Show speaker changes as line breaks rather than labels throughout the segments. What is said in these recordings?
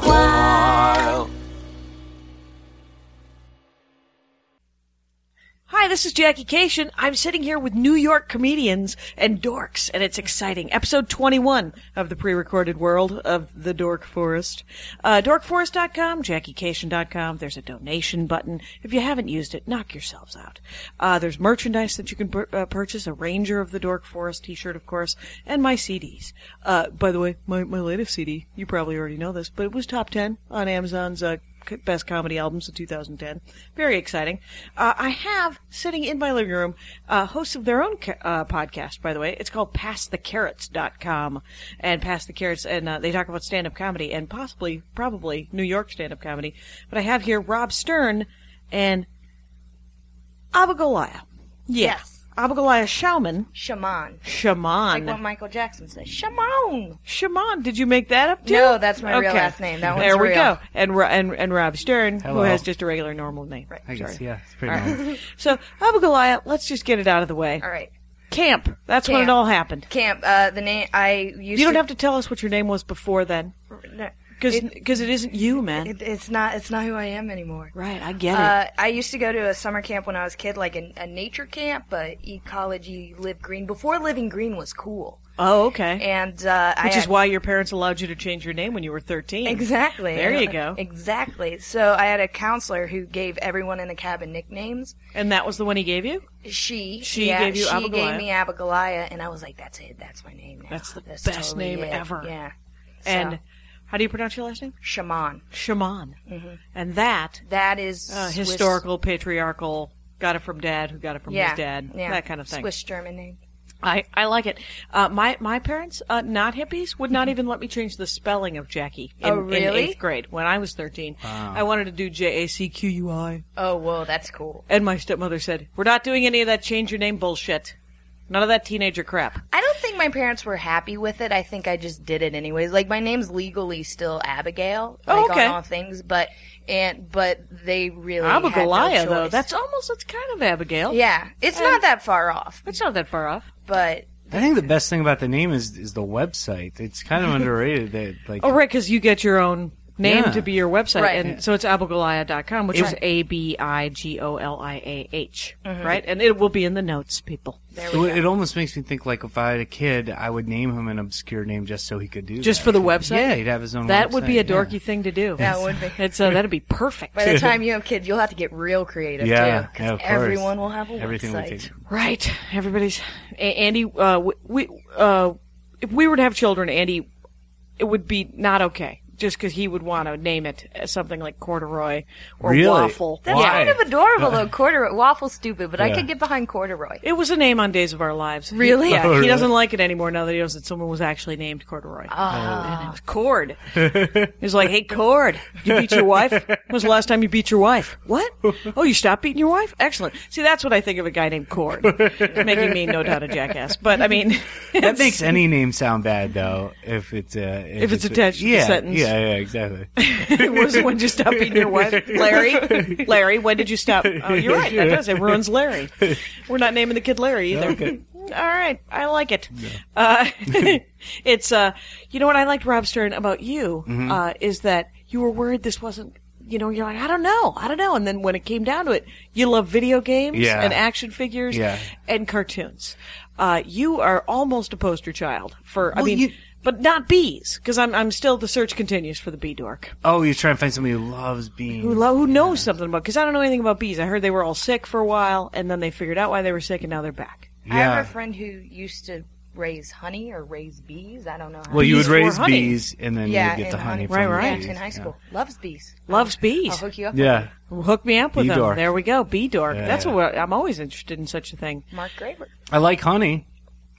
while.
Hi, this is Jackie Cation. I'm sitting here with New York comedians and dorks, and it's exciting. Episode 21 of the pre-recorded world of the Dork Forest. Uh, dorkforest.com, jackiecation.com. There's a donation button. If you haven't used it, knock yourselves out. Uh, there's merchandise that you can pur- uh, purchase, a Ranger of the Dork Forest t-shirt, of course, and my CDs. Uh, by the way, my, my latest CD, you probably already know this, but it was top 10 on Amazon's, uh, c- best comedy albums of 2010. Very exciting. Uh, I have sitting in my living room uh, hosts of their own ca- uh, podcast, by the way. It's called PassTheCarrots.com. And Pass the Carrots, and uh, they talk about stand up comedy and possibly, probably New York stand up comedy. But I have here Rob Stern and Abigoliah. Yeah.
Yes.
Abigoliah Schauman.
Shaman. Like
Shaman.
what Michael Jackson says. Shaman.
Shaman, did you make that up too?
No, that's my real last name. That one's
there we
real.
go. And Ro- and and Rob Stern, who
Hello.
has just a regular normal name. Right.
I guess,
Sorry.
yeah, it's pretty normal.
So Abigoliah, let's just get it out of the way.
All right.
Camp. That's when it
Camp.
all happened.
Camp. Uh, the name I used.
You don't have to tell us what your name was before then,
to.
because
It-
it isn't you, man.
It, it's not. It's not who I am anymore.
right. I get
Uh, I used to go to a summer camp when I was a kid, like a, a nature camp, but ecology, live green. Before living green was cool,
it. Oh, okay.
and uh, I
Which is
had-
why your parents allowed you to change your name when you were thirteen.
Exactly.
There you go.
Exactly. So I had a counselor who gave everyone in the cabin nicknames.
And that was the one he gave you.
She
She
yeah,
gave you
she
Abigailia?
gave me Abigailia, and I was like, "That's it. That's my name now.
That's the best
totally
name
it.
ever.
Yeah.
And
So,
how do you pronounce your last name?
shaman.
Shaman.
Mm-hmm.
And that
That is
uh,
Swiss-
historical patriarchal. Got it from dad, who got it from his dad.
yeah.
That kind of thing.
Swiss German name.
I, I like it. Uh, my my parents, uh, not hippies, would not even let me change the spelling of Jackie in,
Oh,
in
really?
eighth grade when I was thirteen. I wanted to do J A C Q U I,
Oh, whoa, that's cool.
and my stepmother said, "We're not doing any of that change your name bullshit. None of that teenager crap."
I don't think my parents were happy with it. I think I just did it anyways. Like my name's legally still Abigail,
Oh,
like
okay.
on all things, but and but they really had no
Abigailia, though,
choice.
that's almost it's kind of Abigail.
yeah, it's not that far off,
it's not that far off.
but
I think the best thing about the name is is the website. It's kind of underrated. That like
Oh, right, because you get your own name
Yeah.
to be your website,
Right.
and so it's abigoliah.com, which is a b i g o l i a h,
Mm-hmm.
right? And it will be in the notes, people.
it, it almost makes me think like if I had a kid, I would name him an obscure name just so he could do
Just
that.
for the website?
Yeah, he'd have his own.
That would be a
website,
dorky thing to do.
that would be.
And so that'd be perfect.
By the time you have kids, you'll have to get real creative
Yeah, yeah,
too, because
of course.
everyone will have a
Everything we
website.
could-
Right. Everybody's A- Andy. Uh, w- we uh, if we were to have children, Andy, it would be not okay. Just because he would want to name it as something like corduroy or
Really?
waffle.
That's
Why?
kind of adorable though. Corduroy waffle, stupid, but I
Yeah.
could get behind corduroy.
It was a name on Days of Our Lives. He-
Really?
yeah.
Oh,
He
really?
doesn't like it anymore now that he knows that someone was actually named Corduroy.
Oh.
And it was Cord. he was like, hey, Cord, you beat your wife? When was the last time you beat your wife? What? Oh, you stopped beating your wife? Excellent. See, that's what I think of a guy named Cord. Making me no doubt a jackass. But, I mean,
That makes any name sound bad though if it's uh, if,
If it's attached to the
yeah,
sentence.
Yeah, yeah, exactly.
it was when did you stop beating your wife? Larry? Larry, when did you stop? Oh, you're right. That does. It ruins Larry. We're not naming the kid Larry either. All right, I like it. Uh, it's uh, you know what I liked Rob Stern about you
Mm-hmm.
uh, is that you were worried this wasn't. You know, you're like, I don't know, I don't know. And then when it came down to it, you love video games
Yeah.
and action figures
Yeah.
and cartoons. Uh, you are almost a poster child for, I
Well,
mean,
you-
but not bees, because I'm, I'm still, the search continues for the bee dork
Oh, you're trying to find somebody who loves beans.
who, lo- who knows something about because I don't know anything about bees. I heard they were all sick for a while, and then they figured out why they were sick, and now they're back.
yeah.
I have a friend who used to raise honey or raise bees. I don't know. How
well, you
Bees
would
for
raise
honey.
bees and then
Yeah,
you'd get
and
the honey.
honey.
from
Right,
the
right.
bees.
in high school loves bees.
Loves
I'll
bees.
hook you up.
Yeah. yeah.
Hook me up with
Bee
them.
dork.
There we go, bee dork.
Yeah.
That's what I'm always interested in such a thing.
Mark Graber.
I like honey.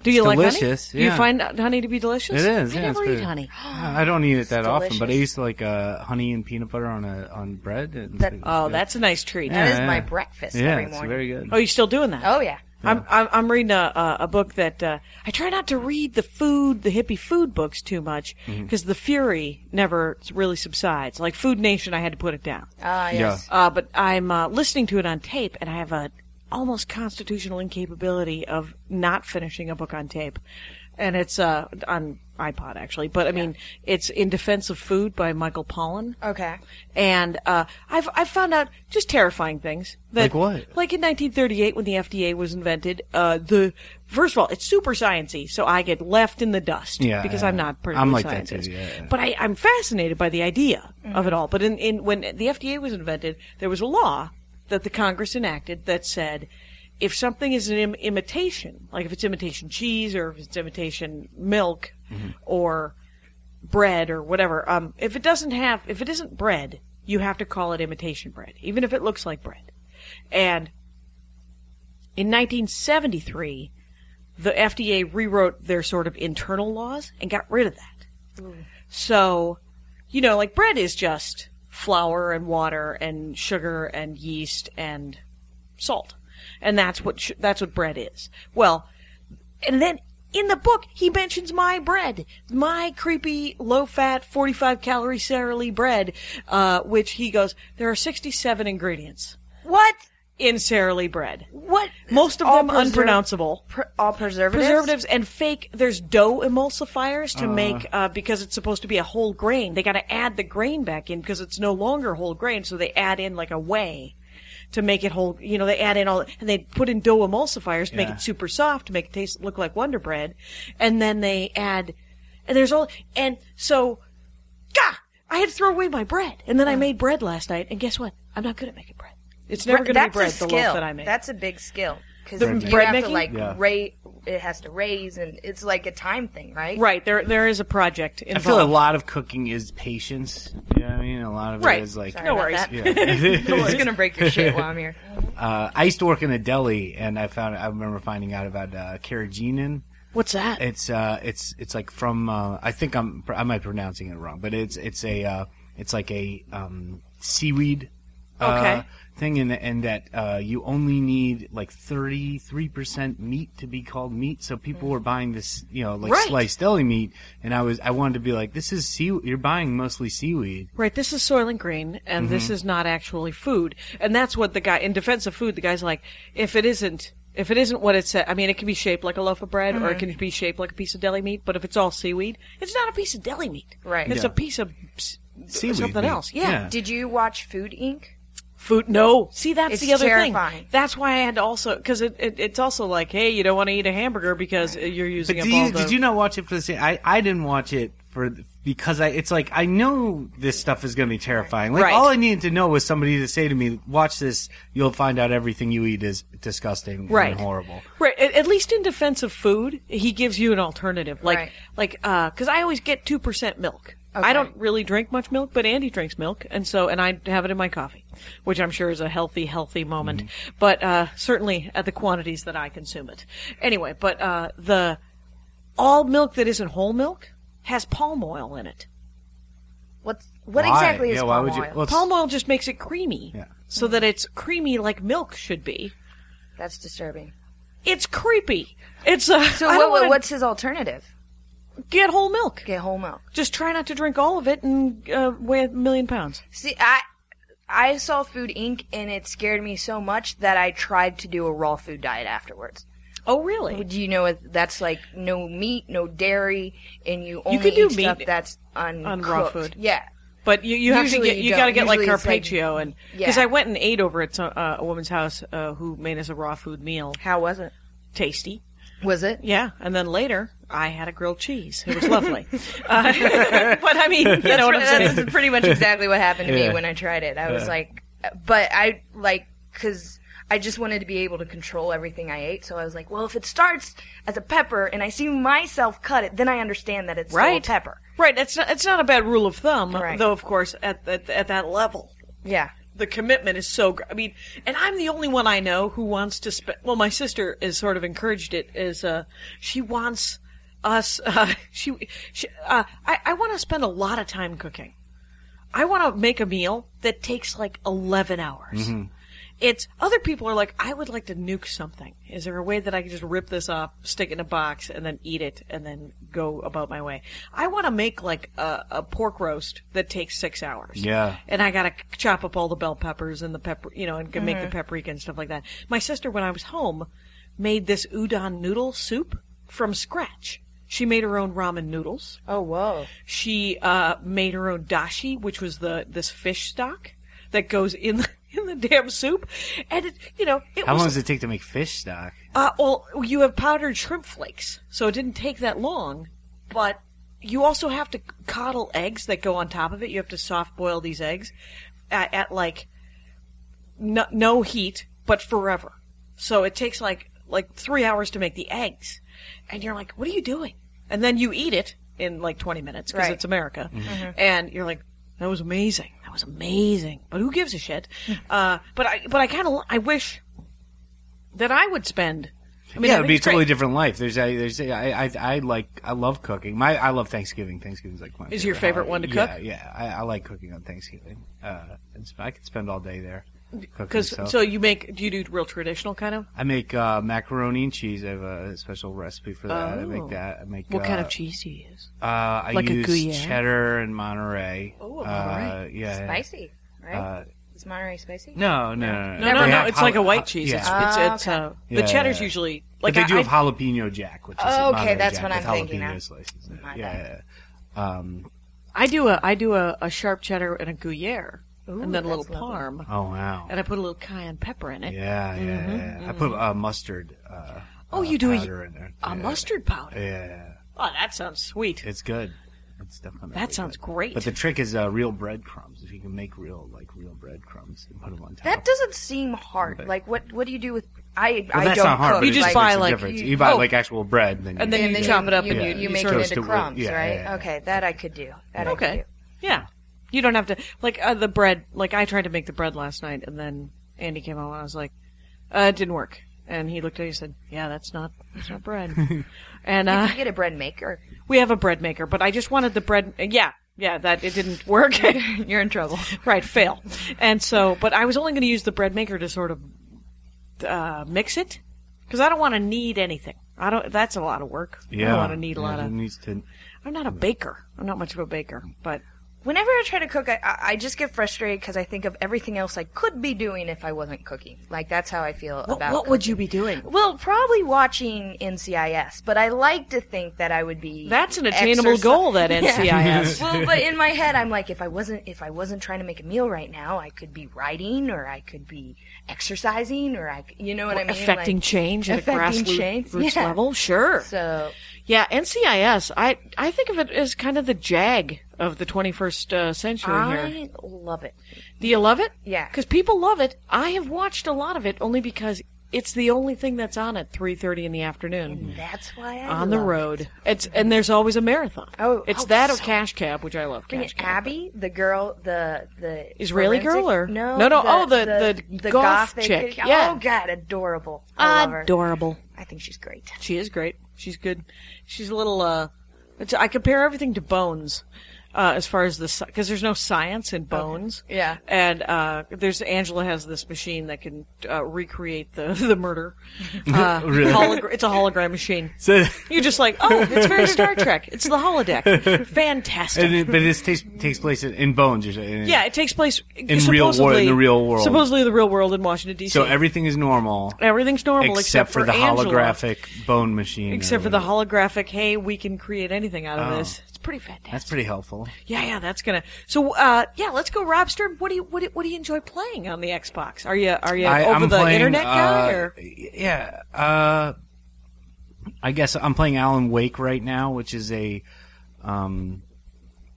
Do you like
delicious,
honey? Do
yeah.
you find honey to be delicious?
It is,
I
yeah,
never
it's
eat
pretty-
honey.
I don't eat it that often, but I
delicious.
used to like uh, honey and peanut butter on a on bread. And
That-
Oh, that's a nice treat.
That is
Yeah,
my
yeah.
breakfast
yeah,
every
it's
morning.
very good.
Oh, you still doing that?
Oh yeah.
I'm, I'm I'm reading a a, a book that uh, I try not to read the food the hippie food books too much
Mm-hmm.
because the fury never really subsides. Like Food Nation, I had to put it down.
Ah,
Yeah.
yes.
Uh, but I'm uh, listening to it on tape, and I have a almost constitutional incapability of not finishing a book on tape, and it's uh, on iPod actually. But I mean, it's in defense of food by Michael Pollan.
Okay.
And uh, I've I've found out just terrifying things. That,
Like what?
Like in 1938, when the FDA was invented, uh, the first of all, it's super sciency, so I get left in the dust
Yeah,
because
yeah.
I'm not particularly
I'm like that
scientist.
too, yeah.
But I, I'm fascinated by the idea of it all. But in, in when the FDA was invented, there was a law that the Congress enacted that said if something is an Im- imitation, like if it's imitation cheese or if it's imitation milk
Mm-hmm.
or bread or whatever, um, if it doesn't have, if it isn't bread, you have to call it imitation bread, even if it looks like bread. And in 1973, the FDA rewrote their sort of internal laws and got rid of that. So, you know, like bread is just flour and water and sugar and yeast and salt, and that's what sh- that's what bread is. Well, and then in the book he mentions my bread, my creepy low-fat, forty-five calorie Sara Lee bread, uh, which he goes there are sixty-seven ingredients
What?
in Sara Lee bread.
What?
Most of
All
them
preserv-
unpronounceable
Pr- all preservatives?
preservatives and fake. There's dough emulsifiers to make uh, because it's supposed to be a whole grain. They got to add the grain back in because it's no longer whole grain, so they add in like a whey to make it whole. You know, they add in all and they put in dough emulsifiers to make
Yeah.
it super soft to make it taste look like Wonder Bread, and then they add and there's all and so, gah! I had to throw away my bread, and then I made bread last night, and guess what? I'm not good at making bread. Uh. It's never
Bre-
going to be
That's
bread.
a
The
skill.
loaf that I make.
That's a big skill. Because
The
you
bread
have to
making?
like
Yeah.
raise. It has to raise, and it's like a time thing, right?
right. There, there is a project
I
involved.
feel a lot of cooking is patience. You know what I mean? A lot of
Right.
it is like
Sorry
No
about
worries.
that.
Yeah.
I'm just gonna break your shit while I'm here.
uh, I used to work in a deli, and I found I remember finding out about uh, carrageenan.
What's that?
It's uh, it's it's like from uh, I think I'm I might be pronouncing it wrong, but it's it's a uh, it's like a um, seaweed uh,
Okay.
thing, and and that uh, you only need like thirty three percent meat to be called meat. So people were buying this, you know, like
Right.
sliced deli meat, and I was I wanted to be like, this is sea. You're buying mostly seaweed.
Right, this is soil and grain, and
Mm-hmm.
this is not actually food. And that's what the guy, in defense of food, the guy's like, if it isn't, if it isn't what it said, I mean, it can be shaped like a loaf of bread, or it
Mm-hmm.
can be shaped like a piece of deli meat, but if it's all seaweed, it's not a piece of deli meat.
Right.
It's
Yeah.
a piece of s-
Seaweed
something
meat.
else. Yeah.
Yeah.
Did you watch Food Inc?
Food, no. See, that's
It's
the other
terrifying.
thing. That's why I had to also, because it, it, it's also like, hey, you don't want to eat a hamburger because you're using
But
up
did
all
you,
the...
did you not watch it for the same? I, I didn't watch it for because I it's like I know this stuff is going to be terrifying. Like
Right.
all I needed to know was somebody to say to me, "Watch this, you'll find out everything you eat is disgusting
right.
and horrible."
Right. At, at least in defense of food, he gives you an alternative. Like,
Right.
like, uh 'cause cause I always get 2% milk.
Okay.
I don't really drink much milk, but Andy drinks milk. And so, and I have it in my coffee, which I'm sure is a healthy, healthy moment, but, uh, certainly at the quantities that I consume it. Anyway, but, uh, the, all milk that isn't whole milk has palm oil in it.
What's what
Why?
exactly is
yeah,
palm
why would you?
oil?
well, it's-
Palm oil just makes it creamy.
Yeah.
So that it's creamy like milk should be.
That's disturbing.
It's creepy. It's uh,
So
I
what,
don't wanna
what's his alternative?
get whole milk.
Get whole milk.
just try not to drink all of it and uh, weigh a million pounds.
See, I I saw Food Inc. and it scared me so much that I tried to do a raw food diet afterwards.
Oh, really?
Do you know what that's like? No meat, no dairy, and you only
could do
eat stuff
meat
that's uncooked.
on raw food.
Yeah.
But you, you have to
Usually
get
you
you
don't.
got to get like
Usually it's like-
carpaccio and because
Yeah.
I went and ate over at some, uh, a woman's house uh, who made us a raw food meal,
How was it?
tasty.
Was it?
Yeah, and then later I had a grilled cheese. It was lovely. uh, but I mean, you know what I'm
That's
saying?
pretty much exactly what happened to
Yeah.
me when I tried it. I was like, but I like because I just wanted to be able to control everything I ate. So I was like, well, if it starts as a pepper and I see myself cut it, then I understand that it's
Right,
still a pepper.
Right. That's not. It's not a bad rule of thumb,
Right.
though. Of course, at at, at that level.
Yeah.
the commitment is so. Gr- I mean, and I'm the only one I know who wants to spend. Well, my sister is sort of encouraged it. Is uh, she wants us? Uh, she, she uh, I, I want to spend a lot of time cooking. I want to make a meal that takes like eleven hours. It's other people are like, I would like to nuke something. Is there a way that I can just rip this off, stick it in a box, and then eat it, and then go about my way? I want to make like a, a pork roast that takes six hours.
Yeah.
And I gotta chop up all the bell peppers and the pepper, you know, and can make the paprika and stuff like that. My sister, when I was home, made this udon noodle soup from scratch. She made her own ramen noodles.
Oh whoa.
She uh, made her own dashi, which was the this fish stock that goes in the, in the damn soup, and it you know it
How long
was
does it take to make fish stock?
uh, well you have powdered shrimp flakes, so it didn't take that long, but you also have to coddle eggs that go on top of it. You have to soft boil these eggs at, at like no, no heat, but forever. So it takes like like three hours to make the eggs, and you're like, what are you doing? And then you eat it in like 20 minutes because
Right.
it's America, and you're like, that was amazing, that was amazing. But who gives a shit? uh, but I but I kind of I wish that I would spend. I mean,
yeah,
I think
it'd be a
it's great.
totally different life. There's, a, there's, a, I, I, I like, I love cooking. My, I love Thanksgiving. Thanksgiving's like my.
Is your favorite one to
holiday.
cook?
Yeah, yeah. I, I like cooking on Thanksgiving. Uh, it's, I could spend all day there. cooking
Because
stuff.
so you make do you do real traditional kind of?
I make uh, macaroni and cheese. I have a special recipe for that. I
Oh.
make that. I make
What
uh,
kind of cheese do you use?
Uh, I
Like a
use
Gruyere?
cheddar and Monterey.
Oh, a
Uh,
Monterey.
yeah. yeah.
Spicy, right?
Uh,
Is Monterey spicy?
no, no, no,
No, no,
They
no.
have
It's
jala-
like a
ja-
white cheese.
Yeah.
It's, it's,
Ah,
it's
okay.
uh,
Yeah,
the cheddar's
yeah.
usually
But
like
they
I,
do
I-
have jalapeno jack, which is
Oh,
a
okay,
Monterey
that's
jack
what I'm
with
thinking
jalapeno
of.
slices.
My
Yeah,
bad.
yeah, yeah. Um,
I do a I do a, a sharp cheddar and a Gruyere, and then a little
that's
parm,
oh wow.
and I put a little cayenne pepper in it.
Yeah, yeah, yeah. I put uh, mustard. Uh,
Mm-hmm, Oh,
uh,
you do a-
powder in there.
A
yeah.
mustard powder.
Yeah,
Oh, that sounds sweet.
it's good. It's definitely
That
really
sounds
good.
great.
But the trick is uh, real breadcrumbs. If you can make real, like real breadcrumbs and put them on top.
That doesn't seem hard. Like what? What do you do with? I
Well,
I
that's
don't
not hard.
cook.
but
You
it
just
makes
buy,
a
like,
difference.
you-
you buy
oh.
like actual bread, then
And
you-
then
and then
you chop it up
you,
and
you,
you- you
make
toast
it into
it with-
crumbs,
yeah,
right?
yeah, yeah.
Okay, that I could do. That I could
Okay.
do.
Yeah, you don't have to like uh, the bread. Like I tried to make the bread last night, and then Andy came home, and I was like, uh, "It didn't work." And he looked at me and said, "Yeah, that's not that's not bread." and uh,
You get a bread maker.
we have a bread maker, but I just wanted the bread. uh, Yeah, yeah, that it didn't work.
You're in trouble.
right, fail. And so, but I was only going to use the bread maker to sort of uh, mix it because I don't want to knead anything. I don't. That's a lot of work. I
Yeah,
don't want to need a
Yeah,
lot
it
of.
needs to.
I'm not a baker. I'm not much of a baker, but
Whenever I try to cook, I, I I just get frustrated because I think of everything else I could be doing if I wasn't cooking. Like that's how I feel
what,
about.
what would you be doing?
cooking. Well, probably watching NCIS, but I like to think that I would be.
That's an attainable
exerci-
goal. That
Yeah.
NCIS.
well, but in my head, I'm like, if I wasn't if I wasn't trying to make a meal right now, I could be writing, or I could be exercising, or I, c- you know what I mean,
affecting
Like,
change at
affecting
a grassroots
change,
roots
yeah.
level. Sure.
So
yeah, NCIS. I I think of it as kind of the jag of the 21st uh, century here.
I love it.
Do you love it?
Yeah.
Because people love it. I have watched a lot of it only because it's the only thing that's on at 3:30 in the afternoon.
That's why I
On the
love
road, it's and there's always a marathon.
Oh,
it's
oh,
that or
so-
Cash Cab, which I love.
Bring
Cash
it,
Cab.
Abby, the girl, the the
Israeli
forensic-
girl or-
no,
No, no, oh, the- the goth chick, yeah.
Oh God, adorable. I love her.
Adorable.
I think she's great.
She is great. She's good. She's a little. uh it's, I compare everything to Bones, uh, as far as the because there's no science in Bones.
Yeah.
And uh, there's Angela has this machine that can uh, recreate the the murder. Uh, hologra- it's a hologram machine.
So,
You're just like, oh, it's very Star Trek. It's the holodeck. Fantastic.
and it, but this takes takes place in, in bones. You're saying.
yeah, it takes place
In real world- in the real world.
Supposedly, the real world in Washington D.C.
So everything is normal
everything's normal
except, for, the
Angela.
holographic bone machine. or
Except for the
whatever.
holographic, hey, we can create anything out of
Oh.
this. It's pretty fantastic.
That's pretty helpful.
Yeah, yeah, that's gonna. So, uh, yeah, let's go, Robster. What do you what do, what do you enjoy playing on the Xbox? Are you are you over
I'm
the
playing,
internet guy?
uh,
Or?
Yeah. Uh, I guess I'm playing Alan Wake right now, which is a um,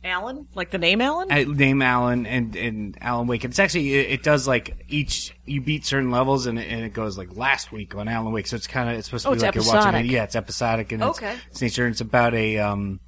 Alan, like the name Alan?
I- name Alan and, and Alan Wake. It's actually it, it does like each you beat certain levels and it, and it goes like last week on Alan Wake. So it's kind of it's supposed to
Oh,
be
it's
like you're watching.
episodic.
yeah, it's episodic and
Okay.
it's, it's nature. And it's about a um,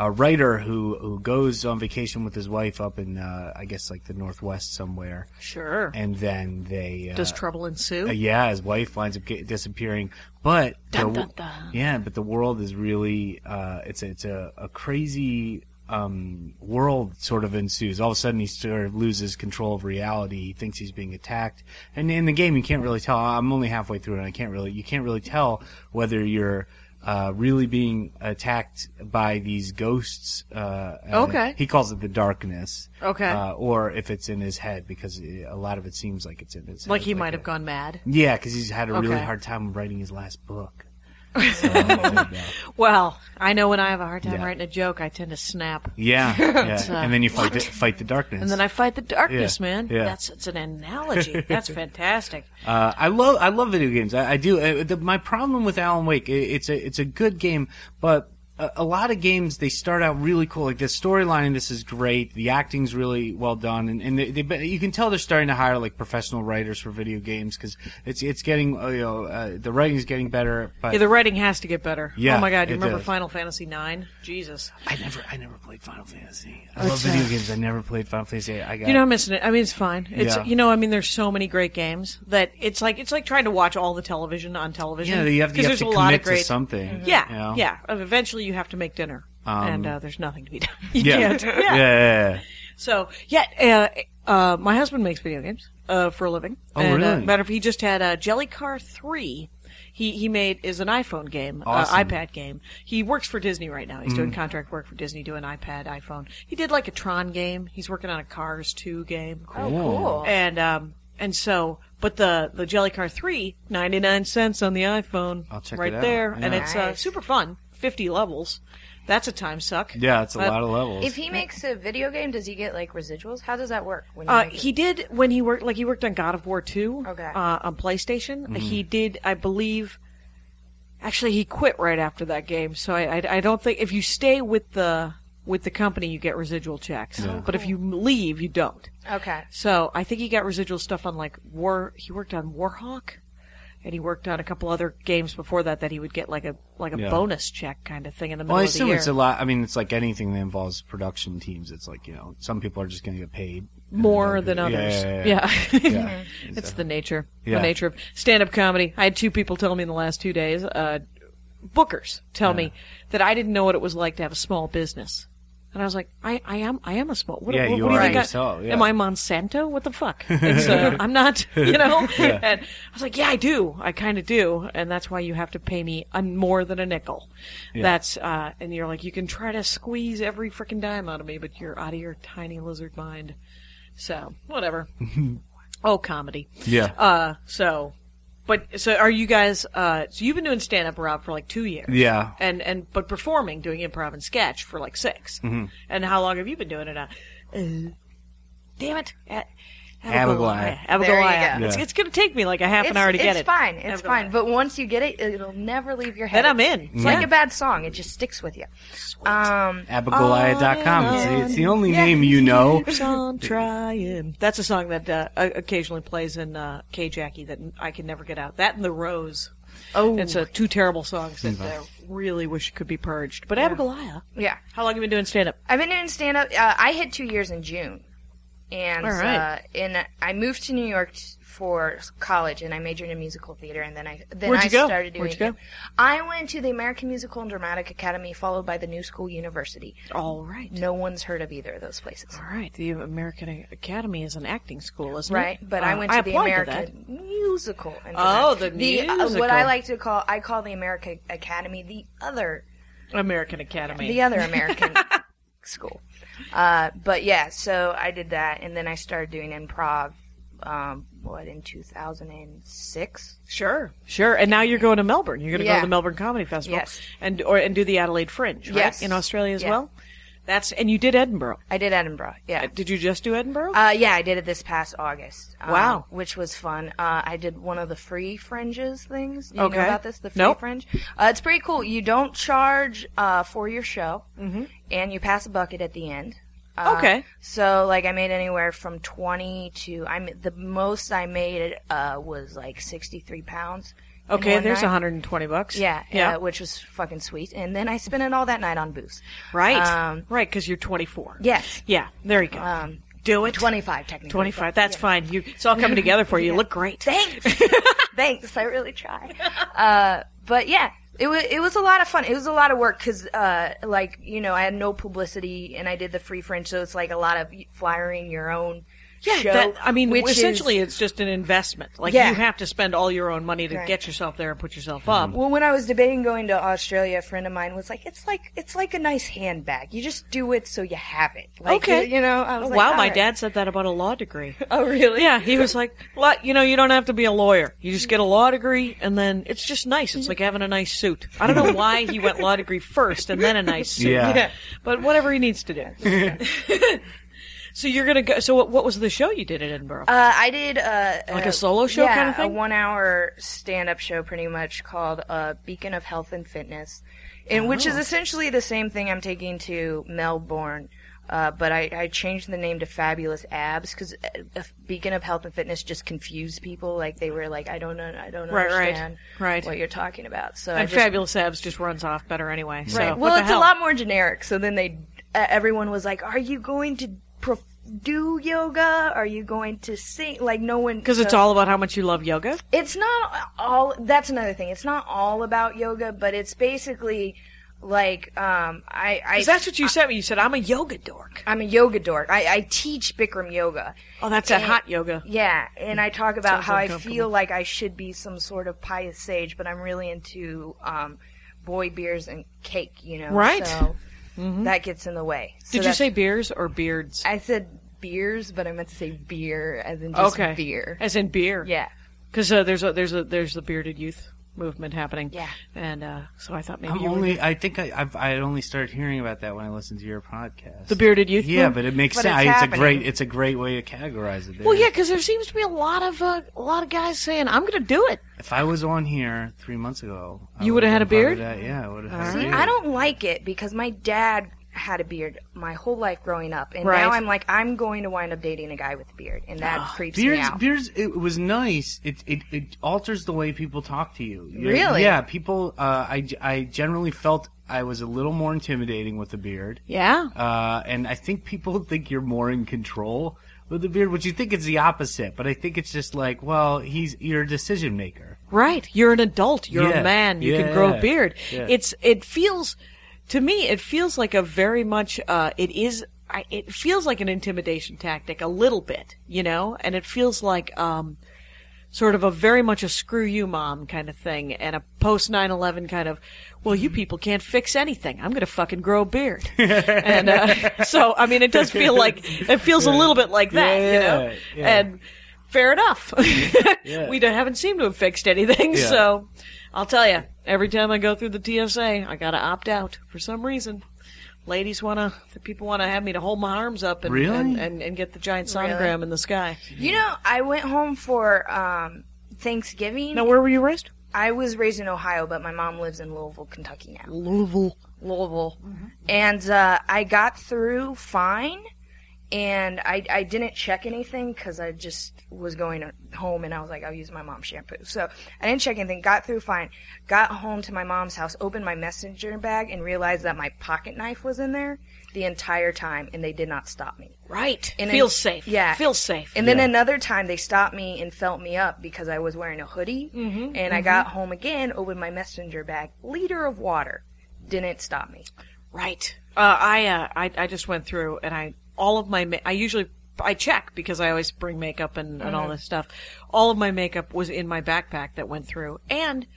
a writer who who goes on vacation with his wife up in uh, I guess like the northwest somewhere,
sure.
and then they uh,
Does trouble ensue?
uh, yeah, his wife winds up get, disappearing. But the,
dun, dun.
yeah, but the world is really uh, it's a, it's a, a crazy um, world sort of ensues. All of a sudden, he sort of loses control of reality. He thinks he's being attacked, and in the game, you can't really tell. I'm only halfway through, and I can't really you can't really tell whether you're uh, really being attacked by these ghosts. Uh, and
Okay.
he calls it the darkness.
Okay.
uh, or if it's in his head, because it- a lot of it seems like it's in his head.
Like he might
a-
have gone mad.
Yeah, because he's had a really
Okay.
hard time writing his last book. So, uh,
Well, I know when I have a hard time
Yeah.
writing a joke, I tend to snap.
yeah, yeah.
uh,
and then you fight the, fight the darkness.
And then I fight the darkness,
Yeah,
man.
yeah.
That's it's an analogy. That's fantastic.
Uh, I love I love video games. I, I do. Uh, the, my problem with Alan Wake, i it's a it's a good game, but a, a lot of games they start out really cool. Like the storyline, in this is great. The acting's really well done, and, and they, they but you can tell they're starting to hire like professional writers for video games because it's it's getting uh, you know uh, the writing's getting better. But
Yeah, the writing has to get better.
Yeah,
oh my god, you
it
remember
does.
Final Fantasy IX? Jesus.
I never I never played Final Fantasy. I love video games. I never played Final Fantasy. I got
You're not missing it. I mean, it's fine. It's
Yeah.
you know, I mean, there's so many great games that it's like it's like trying to watch all the television on television.
yeah. You have to,
'Cause
you have
there's a
to
lot of
commit
great.
to something.
Yeah,
you know? Um,
yeah. Uh, Eventually, you have to make dinner, and uh, there's nothing to be done. You
Yeah.
can't.
yeah, yeah, yeah.
So yeah, uh, uh, my husband makes video games uh, for a living.
Oh,
and, Uh,
really?
matter of he just had uh, Jelly Car Three. He he made is an iPhone game, uh,
Awesome. Mm.
iPad game. He works for Disney right now. He's doing contract work for Disney, doing iPad, iPhone. He did like a Tron game. He's working on a Cars Two game.
Oh, cool.
And um and so but the the Jelly Car 3 99 cents on the iPhone
I'll check
right
it out.
there and
Yeah.
it's uh,
Nice.
super fun. 50 levels. That's a time suck.
Yeah, it's a
But-
lot of levels.
If he makes a video game, does he get like residuals? How does that work? When you
Uh,
make it?
he did when he worked like he worked on God of War 2
Okay.
uh, on PlayStation.
Mm-hmm.
He did I believe actually he quit right after that game. So I, I I don't think if you stay with the with the company you get residual checks. But if you leave you don't.
okay.
So I think he got residual stuff on like War. He worked on Warhawk, and he worked on a couple other games before that that he would get like a like a
Yeah.
bonus check kind of thing in the middle
Well, I
of the
assume
year.
it's a lot. I mean, it's like anything that involves production teams. It's like you know, some people are just going to get paid and
more
other
than
people-
others.
Yeah, yeah,
Yeah,
yeah.
it's the nature, the
Yeah.
nature of stand-up comedy. I had two people tell me in the last two days, uh, bookers tell me that I didn't know what it was like to have a small business, and I was like, I, I am, I am a small. What,
Yeah,
what,
you
what do
are
you think?
yourself,
I,
yeah.
Am I Monsanto? What the fuck? It's, uh, I'm not, you know. And I was like, yeah, I do. I kind of do, and that's why you have to pay me a, more than a nickel. That's uh, and you're like, you can try to squeeze every freaking dime out of me, but you're out of your tiny lizard mind. So whatever. oh, comedy.
Yeah.
Uh, so, but so are you guys? Uh, so you've been doing stand up Rob for like two years.
Yeah.
And and but performing, doing improv and sketch for like 6
Mm-hmm.
And how long have you been doing it? Now? Uh, damn it. A-
Abigail.
Abigail.
There you go.
It's,
Yeah.
it's going to take me like a half
It's,
an hour to
it's
get it.
fine. It's
Abigail.
fine. But once you get it, it'll never leave your head.
Then I'm in.
It's like a bad song. It just sticks with you. Um,
Abigoliah.com. It's,
um,
the- it's the only name you know.
Keeps on trying. That's a song that uh, o- occasionally plays in uh, K Jackie that I can never get out. That and the Rose.
Oh.
it's uh, two terrible songs that I really wish could be purged. But Abigail,
yeah.
how long have you been doing stand up?
I've been doing stand up. Uh, I hit two years in June, and
All right.
uh, and I moved to New York t- for college, and I majored in musical theater, and then I then
Where'd
I
you go?
started doing.
Where'd you go?
I went to the American Musical and Dramatic Academy, followed by the New School University.
All right.
No one's heard of either of those places.
All right. The American Academy is an acting school, isn't
Right,
it?
but
Uh,
I went to the
applied that.
American musical. and
Oh,
Dramatic-
the
uh, what
musical.
I like to call I call the American Academy the other
American Academy.
the other American school. Uh, but yeah, so I did that, and then I started doing improv. Um, what in 2006?
sure, sure. And now you're going to Melbourne. You're going to go
Yeah.
to the Melbourne Comedy Festival,
Yes.
and or and do the Adelaide Fringe, right?
Yes.
in Australia as
Yeah.
well. That's and you did Edinburgh. Uh,
I did Edinburgh. Yeah.
Did you just do Edinburgh?
Uh, yeah, I did it this past August. um,
Wow.
which was fun. Uh, I did one of the free fringes things. Do you
Okay.
know about this? The free
Nope.
fringe. Uh, it's pretty cool. You don't charge uh, for your show, mm-hmm. and you pass a bucket at the end. Uh,
Okay.
So like I made anywhere from twenty to I'm the most I made uh, was like sixty three pounds. in
okay,
one
there's
night.
120 bucks.
Yeah,
yeah,
uh, which was fucking sweet. And then I spent it all that night on booze.
right,
Um,
right, because you're 24.
yes.
yeah. There you go.
Um,
do it.
25 technically.
25.
but-
That's fine. You, it's all coming together for you. You look great.
thanks thanks i really try uh, but yeah it was it was a lot of fun. It was a lot of work because uh, like you know I had no publicity and I did the free French, so it's like a lot of flyering your own.
Yeah,
show,
that, I mean,
which
essentially,
is,
it's just an investment. Like
Yeah.
you have to spend all your own money to
Right. Mm-hmm.
get yourself there and put yourself up.
well, when I was debating going to Australia, a friend of mine was like, "It's like it's like a nice handbag. You just do it so you have it." Like,
okay, Oh,
you know. I was like,
wow,
"All
my
right."
dad said that about a law degree.
Oh, really?
Yeah, he was like, "Lo- you know, you don't have to be a lawyer. You just get a law degree, and then it's just nice.
Mm-hmm.
It's like having a nice suit. I don't know why he went law degree first and then a nice suit.
Yeah. Yeah.
But whatever he needs to do. so you're gonna go. So what, what was the show you did at Edinburgh?
Uh, I did uh,
Like
uh,
a solo show
yeah,
kind of
a
thing?
one-hour stand-up show, pretty much called uh, "Beacon of Health and Fitness," and which
Oh.
is essentially the same thing I'm taking to Melbourne, uh, but I, I changed the name to Fabulous Abs because Beacon of Health and Fitness just confused people. Like they were like, "I don't know, I don't
Right, right,
understand
right.
what you're talking about." So I
and
just,
Fabulous Abs just runs off better anyway. So
Right.
what
well,
the
it's
hell?
a lot more generic. So then they, uh, everyone was like, "Are you going to prof- do yoga? Are you going to sing?" Like no one
because it's
so-
all about how much you love yoga.
It's not all. That's another thing. It's not all about yoga, but it's basically like um, I. I
'Cause that's what you said. You said I'm a yoga dork.
I'm a yoga dork. I, I teach Bikram yoga.
Oh, that's that
And-
hot yoga.
Yeah, and I talk about
Sounds
how I
uncomfortable.
feel like I should be some sort of pious sage, but I'm really into um, boy beers and cake. You know,
Right. Mm-hmm.
So that gets in the way. So
Did you
that's-
say beers or beards?
I said beers, but I meant to say beer as in just
okay,
beer.
as in beer.
Yeah.
Because uh, there's a there's a there's the bearded youth movement happening.
Yeah.
and uh, so I thought maybe
I'm
you were-
only. I think I, I've, I had only started hearing about that when I listened to your podcast.
the bearded youth.
Yeah,
movement?
but it makes
But
sense.
it's
It's, a
happening.
great. It's a great way to categorize it.
well,
There.
yeah, because there seems to be a lot of uh, a lot of guys saying I'm going to do it.
If I was on here three months ago, I
You would've had
been
a
part
beard?
of that. Yeah, I would have. had a
See,
beard.
I don't like it because my dad had a beard my whole life growing up, and
Right.
now I'm like, I'm going to wind up dating a guy with a beard, and that creeps me
Beards,
out.
beards. It was nice. It, it it alters the way people talk to you. Yeah,
Really?
Yeah. People. Uh, I g- I generally felt I was a little more intimidating with a beard.
Yeah,
Uh, and I think people think you're more in control with a beard, which you think it's the opposite. But I think it's just like, well, he's you're a decision maker.
right. You're an adult. You're
Yeah.
a man. You can
Yeah.
grow a beard.
Yeah.
It's it feels to me it feels like a very much uh, it is. I, it feels like an intimidation tactic a little bit, you know, and it feels like um, sort of a very much a screw you mom kind of thing and a post 9-11 kind of well
Mm-hmm.
you people can't fix anything i'm going to fucking grow a beard and uh, so i mean it does feel like it feels a little bit like that you know
Yeah, yeah.
and fair enough we don't, haven't seemed to have fixed anything
Yeah.
so i'll tell you every time i go through the tsa i gotta opt out for some reason Ladies want to, the people want to have me to hold my arms up and,
Really?
and, and, and get the giant sonogram in the sky.
You know, I went home for um, Thanksgiving.
Now, where were you raised?
I was raised in Ohio, but my mom lives in Louisville, Kentucky now.
Louisville.
Louisville, and uh, I got through fine, and I, I didn't check anything because I just was going home and I was like I'll use my mom's shampoo, so I didn't check anything. Got through fine, got home to my mom's house, opened my messenger bag and realized that my pocket knife was in there the entire time, and they did not stop me.
Right.
And
Feels
then-
safe.
Yeah.
Feels safe.
And then another time they stopped me and felt me up because I was wearing a hoodie. Mm-hmm, and I got home again, opened my messenger bag, liter of water. Didn't stop me.
right. Uh, I, uh, I I just went through and I all of my ma- I usually I check because I always bring makeup and, and all this stuff. All of my makeup was in my backpack that went through and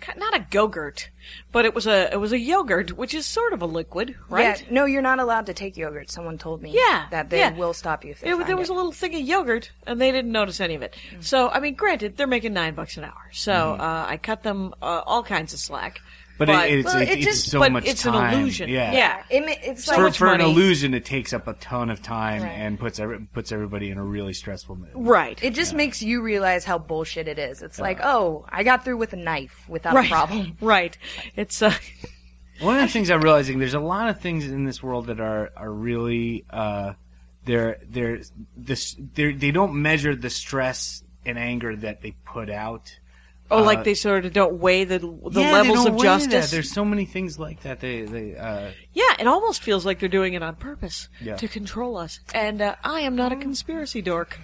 ki- not a go-gurt, but it was a it was a yogurt, which is sort of a liquid, right?
Yeah, no, you're not allowed to take yogurt. Someone told me
Yeah,
that they
yeah.
will stop you if they
It-
find
there was
it.
a little thing of yogurt, and they didn't notice any of it. So, I mean, granted, they're making nine bucks an hour, so uh, I cut them uh, all kinds of slack.
But, it, it's,
Well,
it's,
it
it's
just-
so
but
much
it's
time.
an illusion.
Yeah.
yeah.
It ma- it's like
For,
much
for an
money.
illusion, it takes up a ton of time
Right.
and puts every, puts everybody in a really stressful mood.
Right.
it just makes you realize how bullshit it is. It's like, oh, I got through with a knife without
right.
a problem.
Right. It's uh,
One of the things I'm realizing there's a lot of things in this world that are are really uh, they're they're this they're, they don't measure the stress and anger that they put out.
Oh,
Uh,
like they sort of don't weigh the the
Yeah, they
levels
don't
of
weigh that.
justice.
There's so many things like that. They they uh,
Yeah, it almost feels like they're doing it on purpose
Yeah.
to control us. And uh, I am not a conspiracy dork.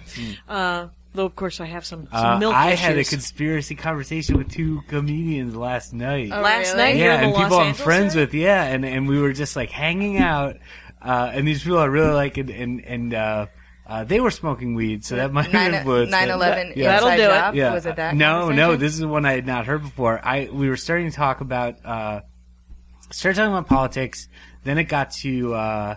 Uh, Though, of course, I have some, some
Hmm. Uh,
milk
I
issues.
had a conspiracy conversation with two comedians last night.
Last
Really?
night, here
yeah,
in the
and
Los
people I'm
Angeles
friends
area?
with, yeah, and and we were just like hanging out, uh, and these people I really like, and and, and uh, uh, they were smoking weed, so that might
Nine,
have influenced it.
9/11
Yeah.
That'll
inside
do it.
job. Was it that?
No, no,
conversation?
this is one I had not heard before. I we were starting to talk about uh started talking about politics, then it got to uh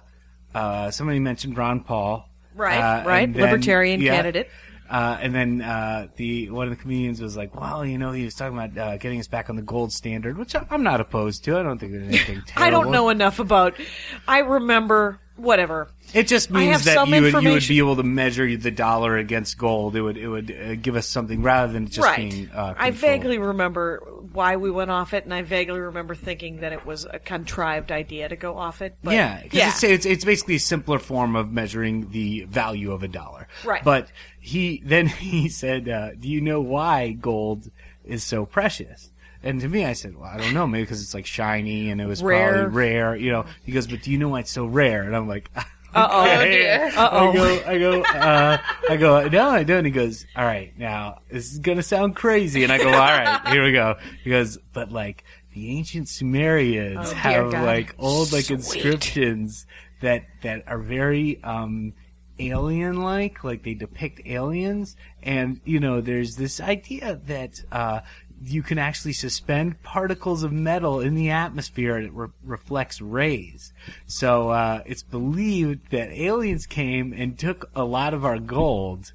uh somebody mentioned Ron Paul.
Right,
uh,
right.
and then-
Libertarian
yeah.
candidate.
Uh, and then uh, the one of the comedians was like, "Well, you know, he was talking about uh, getting us back on the gold standard, which I- I'm not opposed to. I don't think there's anything terrible.
I don't know enough about. I remember whatever.
It just
I have
means that
some
you would, you would
information.
be able to measure the dollar against gold. It would it would uh, give us something rather than it just
right.
being. Uh,
I
controlled.
vaguely remember why we went off it, and I vaguely remember thinking that it was a contrived idea to go off it. But
yeah, 'cause
yeah.
It's, it's it's basically a simpler form of measuring the value of a dollar.
Right.
But he then he said, uh, "Do you know why gold is so precious?" And to me, I said, "Well, I don't know. Maybe because it's like shiny and it was
Rare.
probably rare." You know. He goes, "But do you know why it's so rare?" And I'm like.
Uh-oh.
okay.
Oh, dear.
Uh-oh.
I go, I go, uh, I go, no, I don't. He goes, all right, now, this is going to sound crazy. And I go, all right, here we go. He goes, but like, the ancient Sumerians have
Oh, God.
like old like inscriptions that, that are very, um, alien like, like they depict aliens. And, you know, there's this idea that, uh, you can actually suspend particles of metal in the atmosphere and it re- reflects rays. So uh, it's believed that aliens came and took a lot of our gold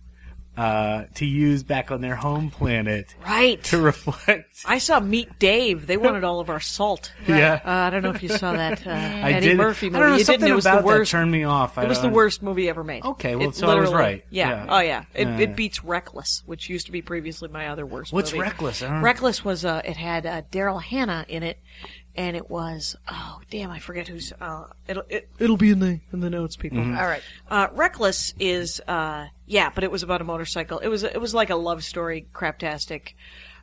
uh, to use back on their home planet
right.
to reflect.
I saw Meet Dave. They wanted all of our salt.
Yeah.
Uh, I don't know if you saw that uh,
I
Eddie
did-
Murphy
I
movie.
don't know,
you
something
didn't. It was
about
the worst.
that turned me off.
It was the worst movie ever made.
Okay, well,
it
so I was
literally-
right.
Yeah.
Yeah.
Oh yeah. It,
Yeah.
it beats Reckless, which used to be previously my other worst.
What's
movie.
Reckless? I don't-
Reckless was uh, it had uh, Daryl Hannah in it, and it was oh damn I forget who's uh it'll it, it'll be in the in the notes people.
All right.
Uh, Reckless is uh yeah, but it was about a motorcycle. It was it was like a love story, craptastic.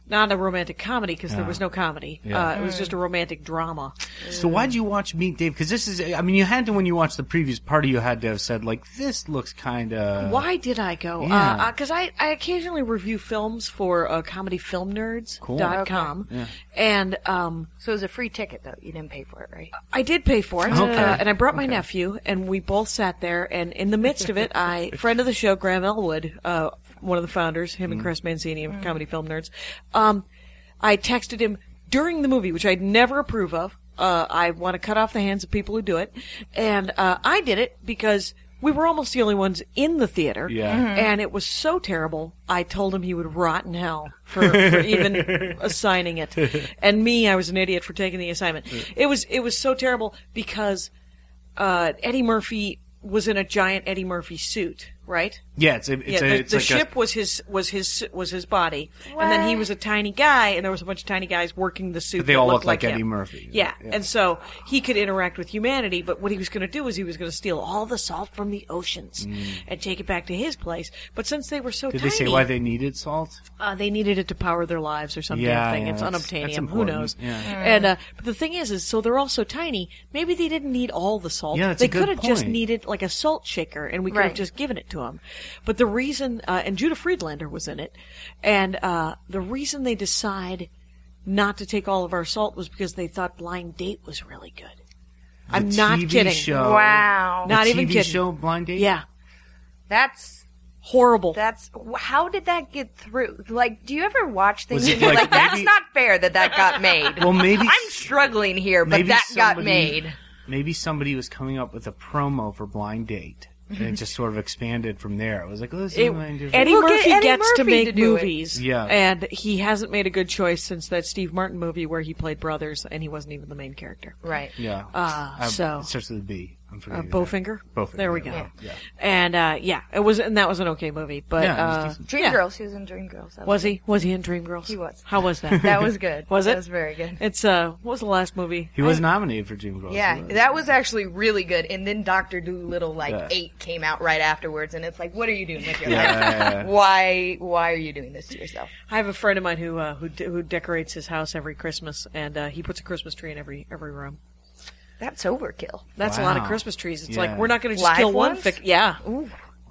Not a romantic comedy because there was no comedy.
Yeah.
Uh, it was just a romantic drama.
So why'd you watch Meet Dave? Because this is, I mean, you had to, when you watched the previous party, you had to have said, like, this looks kind of.
Why did I go? Because
Yeah.
I, I films review films for uh, comedyfilmnerds.com. And um,
So it was a free ticket though. You didn't pay for it, right?
I did pay for it.
Okay.
Uh, and I brought my nephew, and we both sat there. And in the midst of it, I, friend of the show, Graham Elwood, uh, one of the founders, him
Mm.
and Chris Mancini of Comedy Film Nerds, um, I texted him during the movie, which I'd never approve of. Uh, I want to cut off the hands of people who do it. And uh, I did it because we were almost the only ones in the theater.
Yeah. Mhm.
And it was so terrible, I told him he would rot in hell for, for even assigning it. And me, I was an idiot for taking the assignment. It was it was so terrible because uh, Eddie Murphy was in a giant Eddie Murphy suit, right?
Yeah, it's, a, it's,
Yeah,
a,
the,
it's
the
like a-
ship was his was his was his body, and then he was a tiny guy, and there was a bunch of tiny guys working the suit.
They
that
all
looked
look like
him.
Eddie Murphy.
Yeah. and so he could interact with humanity, but what he was going to do was he was going to steal all the salt from the oceans and take it back to his place. But since they were so
Mm. Did
tiny,
they say why they needed salt?
uh, they needed it to power their lives or some damn
Yeah,
thing.
yeah,
it's
that's- that's
unobtainium. Who
important.
knows?
Yeah.
And uh, but the thing is, is so they're all so tiny. Maybe they didn't need all the salt.
Yeah, that's a
they could
good
have just
point.
needed like a salt shaker, and we could have
Right.
just given it to them. But the reason, uh, and Judah Friedlander was in it, and uh, the reason they decide not to take all of our salt was because they thought Blind Date was really good. I'm
The
not
TV
kidding.
Show,
Wow.
the
Not even
TV
kidding.
show Blind Date.
Yeah,
That's
horrible.
that's how did that get through? Like, do you ever watch things
Was
and
it
you're
like
like, that's
maybe-
not fair that that got made?
Well, maybe
I'm struggling here, but
maybe
that got
somebody-
made.
Maybe somebody was coming up with a promo for Blind Date, and it just sort of expanded from there. It was like, oh, this is
It-
Blind Date.
Eddie
Well, get
Murphy
Eddie
gets to
Murphy
make
to do it.
movies,
Yeah.
and he hasn't made a good choice since that Steve Martin movie where he played brothers and he wasn't even the main character.
Right.
yeah.
Uh,
Um,
so-
it starts with a B. I'm
Uh,
forgetting. that.
Bowfinger.
Bowfinger,
There we go.
yeah, yeah.
And uh, yeah, it was, and that was an okay movie, but
Yeah, it was
uh,
decent.
Dreamgirls.
yeah.
He was in Dreamgirls. That
Was he? Was he in Dreamgirls?
He was.
How was that?
That was good.
Was it?
That was very good.
it's uh, what was the last movie?
He was nominated for Dream Girls.
Yeah, that was actually really good. And then Doctor Doolittle, like
Yeah.
eight, came out right afterwards, and it's like, what are you doing with your
Yeah,
life?
yeah, yeah.
Why? Why are you doing this to yourself?
I have a friend of mine who uh, who de- who decorates his house every Christmas, and uh, he puts a Christmas tree in every every room.
That's overkill.
That's a lot of
Wow.
Christmas trees. It's
Yeah.
like we're not going to just
Live
kill one.
ones?
Fic- yeah.
Ooh,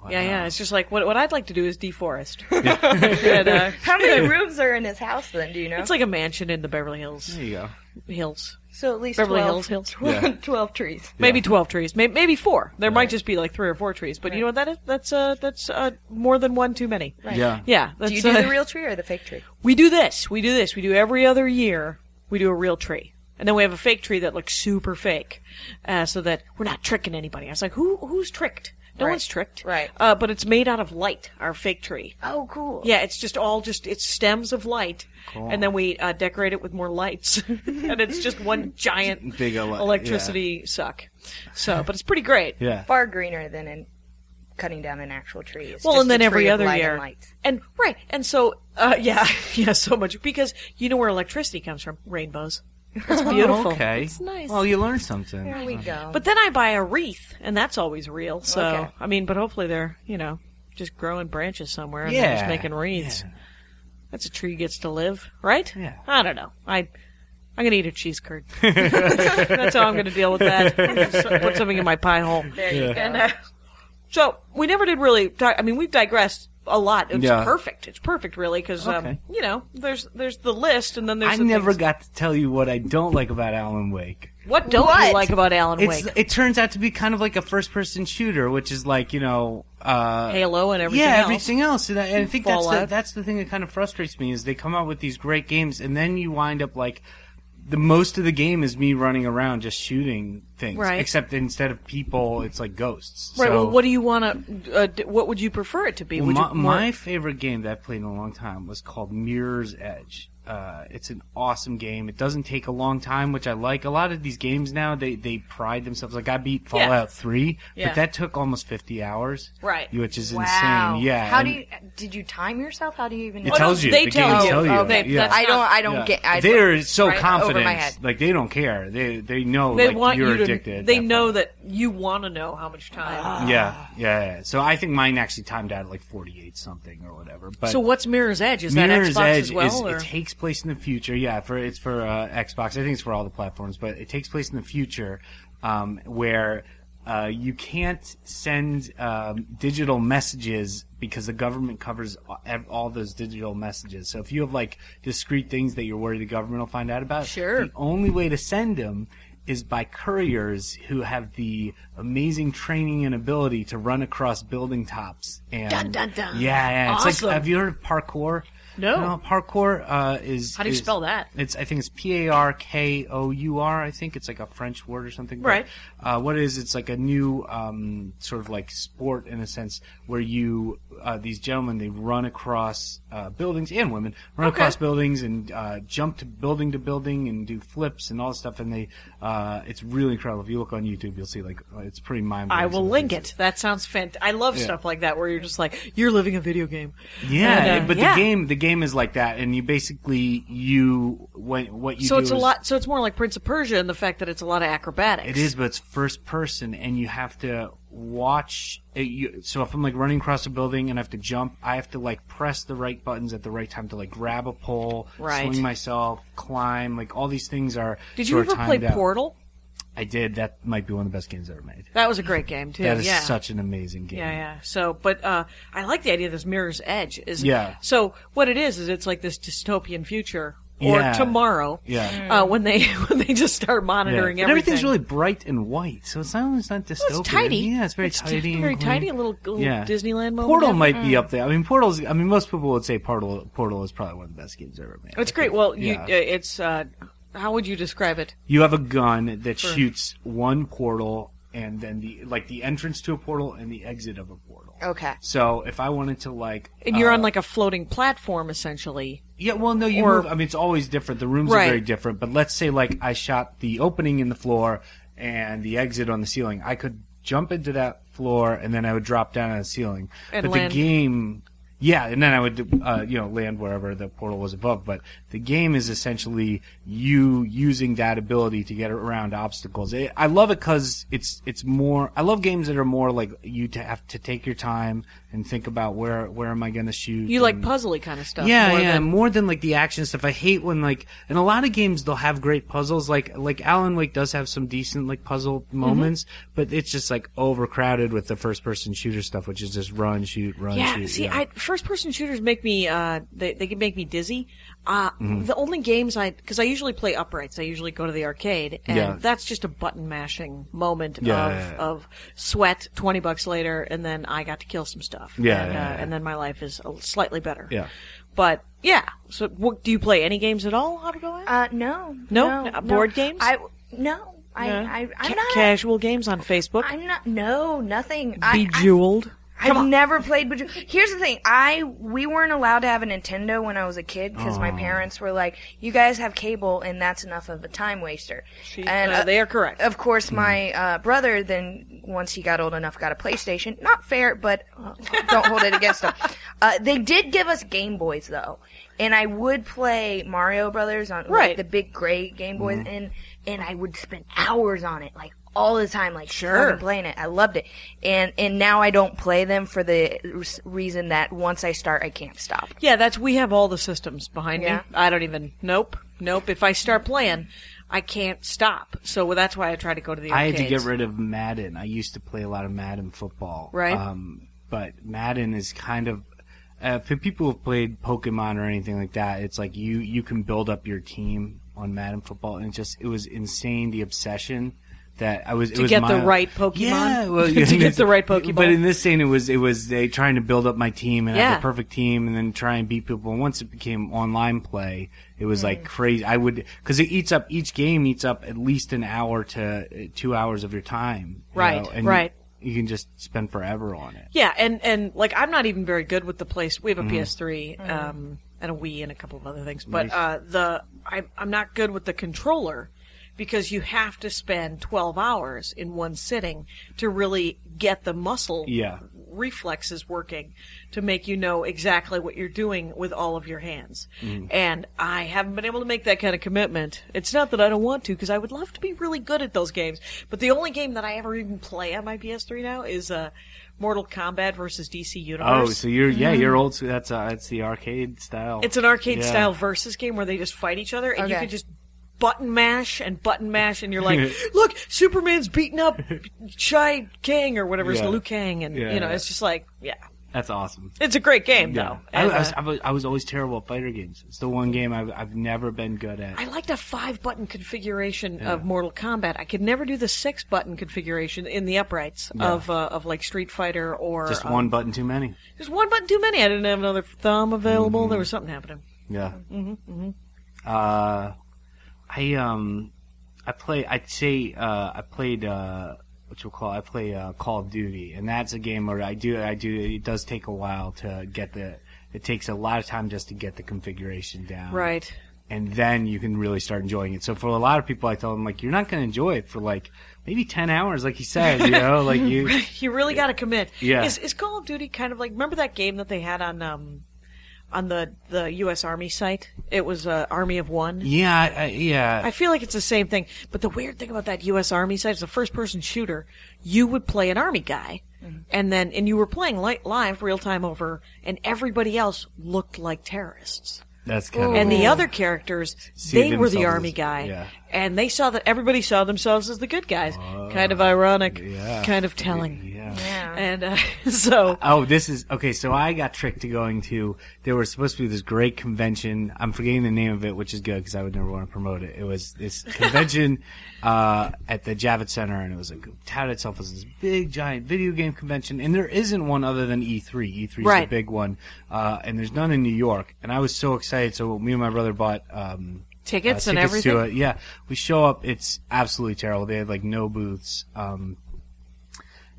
Yeah, yeah. It's just like what what I'd like to do is deforest. And, uh,
How many rooms are in his house then? Do you know?
it's like a mansion in the Beverly Hills
There you go.
hills.
so at least
Beverly
12,
Hills hills.
Yeah.
12 trees.
Maybe twelve trees. Maybe, maybe four. There might just be like three or four trees. But you know what that is? That's uh that's uh more than one too many.
Yeah.
Yeah. That's,
Do you do the
uh,
real tree or the fake tree?
We do this. We do this. We do every other year. We do a real tree, and then we have a fake tree that looks super fake, uh, so that we're not tricking anybody. I was like, who who's tricked? No
Right.
one's tricked.
Right.
Uh, but it's made out of light. Our fake tree.
Oh, cool.
Yeah, it's just all just it's stems of light, and then we uh, decorate it with more lights, and it's just one giant
Big ele-
electricity suck. So, but it's pretty great.
Yeah.
Far greener than in cutting down an actual tree. It's
Well,
just
and then
a
every
tree of
other
light
year,
And lights.
And- right, and so uh, yeah, yeah, so much because you know where electricity comes from? Rainbows. It's beautiful.
Oh, Okay.
it's nice.
Well, you learned something.
There we go.
But then I buy a wreath, and that's always real. So
Okay.
I mean, but hopefully they're you know just growing branches somewhere and they're
Yeah,
just making wreaths. That's a tree gets to live, right?
Yeah.
I don't know. I I'm gonna eat a cheese curd. that's how I'm gonna deal with that. Just put something in my pie hole.
there you go.
And, uh, so we never did really. Di- I mean, we've digressed a lot. It's
Yeah.
perfect. It's perfect, really, because um,
Okay.
you know, there's there's the list, and then there's
I
the
never
things-
got to tell you what I don't like about Alan Wake.
What don't you
What?
like about Alan
It's
Wake?
it turns out to be kind of like a first person shooter, which is like you know, uh,
Halo and everything.
yeah,
else.
everything else. And I, and I think that's the,
Fallout.
that's the thing that kind of frustrates me is they come out with these great games, and then you wind up like the most of the game is me running around just shooting things,
Right.
Except instead of people, it's like ghosts.
Right.
So,
well, what do you want to? Uh, d- what would you prefer it to be?
well,
Would
my,
you, more-
my favorite game that I've played in a long time was called Mirror's Edge. Uh, it's an awesome game. It doesn't take a long time, which I like. A lot of these games now, they, they pride themselves. Like I beat
Yeah.
Fallout Three,
Yeah.
but that took almost fifty hours,
Right.
Which is
Wow.
insane. Yeah.
How
and-
do you? Did you time yourself? How do you even?
It
know?
tells you.
Oh, they
the
tell
games
you.
Tell you.
Oh, they-
yeah.
that's
I don't.
not-
I don't
Yeah.
get. I
They're so
right,
confident.
Over my head.
Like they don't care. They they know.
they
like,
want
you're
you to.
addicted.
they
at that
know
point.
that you want to know how much time.
Yeah, yeah, yeah. So I think mine actually timed out at like 48 something or whatever. But
so what's Mirror's Edge? Is
Mirror's
that Xbox
Edge
as well?
is,
or?
it takes place in the future. Yeah, for it's for uh, Xbox. I think it's for all the platforms, but it takes place in the future um, where uh, you can't send um, digital messages because the government covers a- all those digital messages. So if you have like discrete things that you're worried the government will find out about,
Sure.
the only way to send them is by couriers who have the amazing training and ability to run across building tops and
Dun, dun, dun.
yeah yeah it's
Awesome.
like have you heard of parkour
No.
parkour uh, is
How do you
is-
spell that?
It's I think it's P A R K O U R. I think it's like a French word or something. but,
Right.
uh, what it is it's like a new um, sort of like sport in a sense where you uh, these gentlemen they run across uh, buildings and women run
Okay.
across buildings and uh, jump to building to building and do flips and all this stuff and they uh, it's really incredible. If you look on YouTube, you'll see like it's pretty mind.
I will link it. That sounds fantastic. I love stuff like that where you're just like you're living a video game.
Yeah,
And, uh,
but
yeah.
the game the game is like that, and you basically you what what you
So
do
it's a
is-
lot. So it's more like Prince of Persia in the fact that it's a lot of acrobatics.
It is, but it's first person, and you have to watch. It, you, so if I'm like running across a building and I have to jump, I have to like press the right buttons at the right time to like grab a pole,
Right.
swing myself, climb. Like all these things are.
Did you
sort of
ever play
timed out.
Portal?
I did. That might be one of the best games ever made.
That was a great game too.
That is
yeah.
such an amazing game.
Yeah, yeah. So, but uh, I like the idea of this mirror's edge. Is
Yeah.
So what it is is it's like this dystopian future or
Yeah.
tomorrow.
Yeah.
Uh, when they when they just start
Yeah.
monitoring
But
everything.
everything's really bright and white, so it's not only it's not
it's
dystopian.
tidy.
Yeah, it's very
It's
tidy. and
very
clean.
tidy, a little- little Disneyland moment
Portal
there.
might be up there. I mean, Portal's. I mean, most people would say Portal. Portal is probably one of the best games ever made.
It's great. Well, you,
Yeah.
uh, it's uh, how would you describe it?
you have a gun that shoots one portal and then the like the entrance to a portal and the exit of a portal.
Okay.
So if I wanted to like
And you're on like a floating platform essentially.
yeah, well no, you
or-
move I mean it's always different. The rooms
Right.
are very different, but let's say like I shot the opening in the floor and the exit on the ceiling. I could jump into that floor and then I would drop down on the ceiling.
And
but
land.
the game Yeah, and then I would, uh, you know, land wherever the portal was above. But the game is essentially you using that ability to get around obstacles. I I love it because it's it's more. I love games that are more like you to have to take your time and think about where where am I going to shoot.
You like
and-
puzzly kind of stuff.
mm. yeah,
more
yeah,
than-
more than like the action stuff. I hate when like in a lot of games they'll have great puzzles. Like like Alan Wake does have some decent like puzzle
Mm-hmm.
moments, but it's just like overcrowded with the first person shooter stuff, which is just run, shoot, run,
Yeah,
shoot.
see,
yeah.
I, first-person shooters make me uh, they they can make me dizzy. Uh,
Mm-hmm.
The only games I because I usually play uprights. I usually go to the arcade, and
Yeah.
that's just a button mashing moment
Yeah,
of
yeah, yeah.
of sweat. Twenty bucks later, and then I got to kill some stuff.
Yeah,
and,
yeah, yeah,
Uh,
yeah.
and then my life is a- slightly better.
Yeah.
but yeah. So, what, do you play any games at all, Abigail?
Uh, no,
No?
no,
Uh, board games?
I no, I,
No?
I,
Ca-
I'm not.
casual games on Facebook.
I'm not. No, nothing. I, I,
Bejeweled.
I've never played Bejeweled. Here's the thing: I we weren't allowed to have a Nintendo when I was a kid because my parents were like, "You guys have cable, and that's enough of a time waster."
She- uh, they are correct.
Of course,
Hmm.
my uh, brother then once he got old enough got a PlayStation. Not fair, but uh, don't hold it against him. Uh, they did give us Game Boys though, and I would play Mario Brothers on like,
Right.
the big gray Game Boys,
Hmm.
and and I would spend hours on it like all the time, like
Sure.
fucking playing it. I loved it, and and now I don't play them for the r- reason that once I start, I can't stop.
Yeah, that's we have all the systems behind
Yeah.
me. I don't even. Nope, nope. If I start playing, I can't stop. So that's why I try to go to the.
I had to
arcades.
get rid of Madden. I used to play a lot of Madden football.
Right.
Um, but Madden is kind of uh, for people who've played Pokemon or anything like that. It's like you you can build up your team on Madden football, and it just it was insane the obsession that I was to it was
get the
my-
right Pokemon?
Yeah, well,
To
yeah,
get the right Pokeball?
But in this scene, it was it was they trying to build up my team and
Yeah.
have the perfect team, and then try and beat people. And once it became online play, it was
Mm.
like crazy. I would because it eats up each game eats up at least an hour to uh, two hours of your time. you
Right,
know, and
right.
You can just spend forever on it.
Yeah, and and like I'm not even very good with the place. We have a
Mm-hmm.
PS3 um, and a Wii and a couple of other things, but uh, the I'm I'm not good with the controller because you have to spend 12 hours in one sitting to really get the muscle
Yeah.
reflexes working to make you know exactly what you're doing with all of your hands.
Mm-hmm.
And I haven't been able to make that kind of commitment. It's not that I don't want to, because I would love to be really good at those games. But the only game that I ever even play on my PS3 now is uh, Mortal Kombat versus DC
Oh,
Universe.
so you're yeah you're old. So that's uh, that's the arcade style.
mm-hmm. It's an arcade
Yeah.
style versus game where they just fight each other, and you
Okay.
can just button mash and button mash, and you're like, look, Superman's beating up Chai Kang or whatever his
Yeah.
Liu Kang, and
Yeah,
you know,
yeah.
it's just like, yeah,
That's awesome.
it's a great game though.
I,
And,
I, was,
uh,
I, was, I was always terrible at fighter games. It's the one game I've, I've never been good at.
I liked a five button configuration of Mortal Kombat. I could never do the six button configuration in the uprights of uh, of like Street Fighter or
Just
uh,
one button too many.
Just one button too many. I didn't have another thumb available.
Mm-hmm.
There was something happening.
Yeah. Mm-hmm, Uh, I um, I play. I'd say uh, I played uh, what you call. I play uh, Call of Duty, and that's a game where I do. I do. It does take a while to get the. It takes a lot of time just to get the configuration down.
Right.
And then you can really start enjoying it. So for a lot of people, I tell them like, you're not going to enjoy it for like maybe ten hours, like you said. You know, like you.
You really got to commit.
Yeah.
Is, is Call of Duty kind of like remember that game that they had on um on the the U.S. Army site? It was uh, Army of One.
Yeah. I, I- yeah.
I feel like it's the same thing. But the weird thing about that U.S. Army side is a first-person shooter. You would play an army guy,
Mm-hmm.
and then and you were playing li- live, real time over, and everybody else looked like terrorists.
that's kind of.
And the other characters,
Oh. See
they were the
themselves
army
as-
guy,
yeah.
and they saw that everybody saw themselves as the good guys. kind of ironic.
Ah, yeah.
Kind of telling.
Yeah.
And uh, so.
Oh, this is okay. So I got tricked to going to. There was supposed to be this great convention. I'm forgetting the name of it, which is good because I would never want to promote it. It was this convention uh, at the Javits Center, and it was like touted itself as this big giant video game convention. And there isn't one other than E E3. E3 is
Right.
the big one, uh, and there's none in New York. And I was so excited. So me and my brother bought. Um,
Tickets
uh,
and
tickets to
everything?
it. Yeah, we show up. It's absolutely terrible. They had like no booths. Um,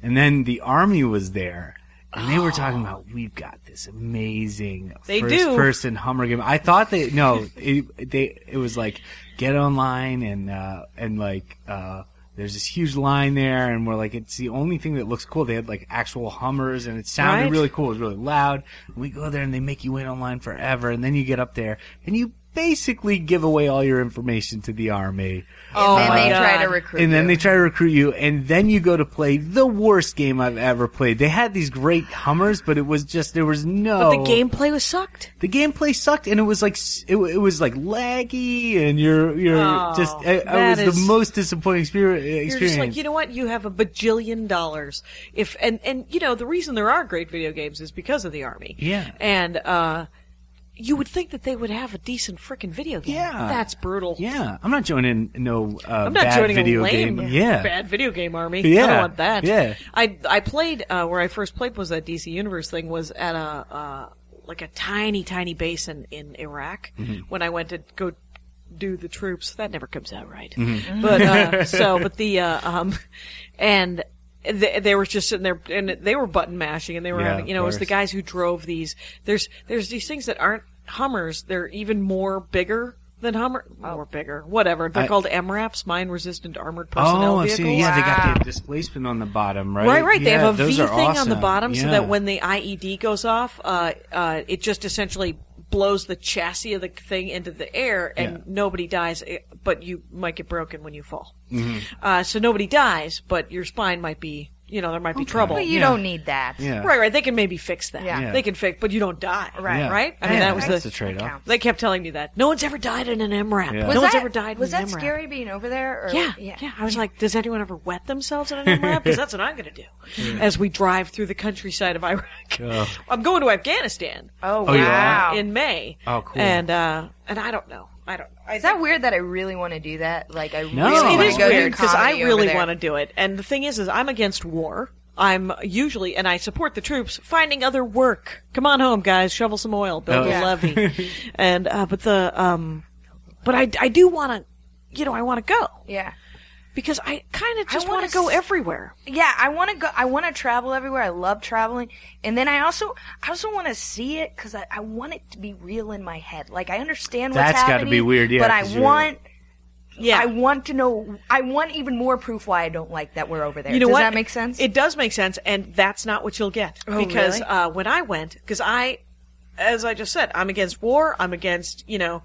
and then the army was there. And they were talking about we've got this amazing
Oh. They do.
first person Hummer game. I thought they no, it, they it was like get online and uh and like uh there's this huge line there, and we're like, it's the only thing that looks cool. They had like actual Hummers, and it sounded
Right.
really cool. It was really loud. We go there, and they make you wait online forever, and then you get up there, and you basically give away all your information to the army.
Oh
and
my
they try to
God.
recruit.
And then
you.
they try to recruit you, and then you go to play the worst game I've ever played. They had these great Hummers, but it was just there was no.
But the gameplay was sucked.
The gameplay sucked, and it was like s- it, w- it was like laggy, and you're you're
Oh,
just. It, it
that
was the
is-
most disappointing experience.
You're
experience.
just like, you know what? You have a bajillion dollars. If and and you know the reason there are great video games is because of the army.
Yeah.
And uh, you would think that they would have a decent freaking video game.
Yeah.
That's brutal.
yeah, I'm not joining no uh,
I'm not
bad
joining
video
a lame
game. Yeah,
bad video game army. I don't
Yeah.
want that.
Yeah.
I I played uh, where I first played was that DC Universe thing was at a uh, like a tiny tiny base in in Iraq
Mm-hmm.
when I went to go do the troops. That never comes out right.
Mm-hmm.
But uh, so but the uh, um and. They, they were just sitting there, and they were button mashing, and they were,
Yeah,
having, you know, it was
of
the
course.
guys who drove these. There's there's these things that aren't Hummers. They're even more bigger than Hummer, more bigger, whatever. They're
I-
called MRAPs, mine resistant armored personnel
Oh, I've
vehicles.
seen. Yeah, they
Wow.
got the displacement on the bottom, right?
Right, right. They
Yeah,
have a V
those
thing
are
on the
awesome.
bottom so
Yeah.
that when the IED goes off, uh, uh, it just essentially blows the chassis of the thing into the air and
Yeah.
nobody dies, eh, but you might get broken when you fall.
Mm-hmm.
Uh, so nobody dies, but your spine might be, you know, there might be trouble.
Well, you
Yeah.
don't need that.
yeah,
Right, right. They can maybe fix that.
Yeah. Yeah.
They can fix, but you don't die.
Right.
Yeah.
Right? I mean,
Yeah,
that was
that's
the-
the trade-off.
Counts.
They kept telling me that. No one's ever died in an MRAP.
Yeah.
No
Was
one's
that-
ever died
Was
in an
that
MRAP.
scary being over there? Or,
Yeah, yeah, I was like, does anyone ever wet themselves in an MRAP? Because that's what I'm going to do as we drive through the countryside of Iraq.
Oh.
I'm going to Afghanistan
Oh,
Oh, you are?
wow.
in May.
Oh, cool.
And uh, and I don't know. I don't. know. I
Is that weird that I really want to do that? Like I really
No. It
want
it
to
is
go
weird
because
because I really want to do it. And the thing is, is I'm against war. I'm usually, and I support the troops finding other work. Come on home, guys. Shovel some oil, build a
Oh. Yeah.
levee, and uh, but the um, but I I do want to, you know, I want to go
Yeah,
because I kind of just
wanna
want to go
s-
everywhere.
yeah. I want to go. I want to travel everywhere. I love traveling, and then I also, I also want to see it because I, I want it to be real in my head. Like I understand what's
That's gotta
happening.
be weird, yeah,
But I
'cause you're-
want,
Yeah,
I want to know. I want even more proof why I don't like that we're over there.
You know
Does
what?
that make sense? Oh,
It does make sense, and that's not what you'll get because
really?
uh, when I went, because I, as I just said, I'm against war. I'm against you know,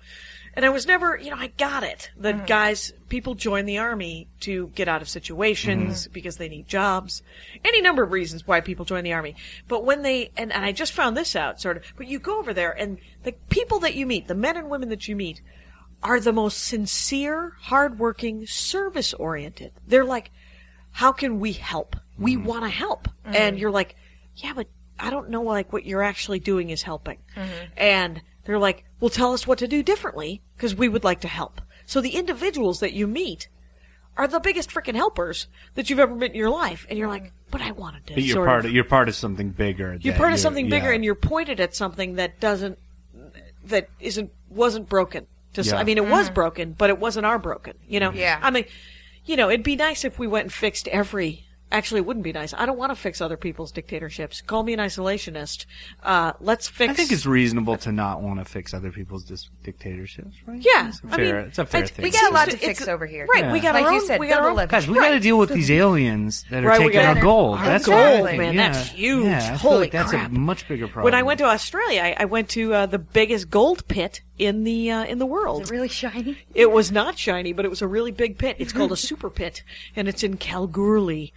and I was never you know I got it. The
Mm.
guys, people join the army to get out of situations
Mm-hmm.
because they need jobs. Any number of reasons why people join the army, but when they and, and I just found this out sort of. But you go over there, and the people that you meet, the men and women that you meet. Are the most sincere, hardworking, service oriented. They're like, how can we help? We want to help. And you're like, yeah, but I don't know like what you're actually doing is helping. And they're like, well, tell us what to do differently because we would like to help. So the individuals that you meet are the biggest freaking helpers that you've ever met in your life. And you're like, but I wanted to.
But you're
sort
part
of-
of, you're part of something bigger.
you're
that
part of something bigger
yeah.
and you're pointed at something that doesn't that isn't wasn't broken to s
Yeah.
i mean it was broken but it wasn't our broken you know
Mm-hmm. Yeah.
i mean you know it'd be nice if we went and fixed every actually it wouldn't be nice i don't want to fix other people's dictatorships call me an isolationist uh let's fix
I think it's reasonable to not want to fix other people's dis- dictatorships, right?
yeah
it's a
I
fair,
mean,
it's a fair
it-
thing.
we got a lot to
it's-
fix over here.
right we
Yeah.
got
like
our
you
own-
said,
we got
build
our
a
own-
levee.
Guys, we got to deal with these aliens that are
Right, we
taking our
gotta-
gold.
our
That's
gold,
the thing.
man,
Yeah.
that's huge.
Yeah, I feel
Holy
like that's
crap.
a much bigger problem.
when I went to Australia, I, I went to uh, the biggest gold pit in the uh, in the world.
really shiny.
It was not shiny, but it was a really big pit. It's called a super pit, and it's in Kalgoorlie.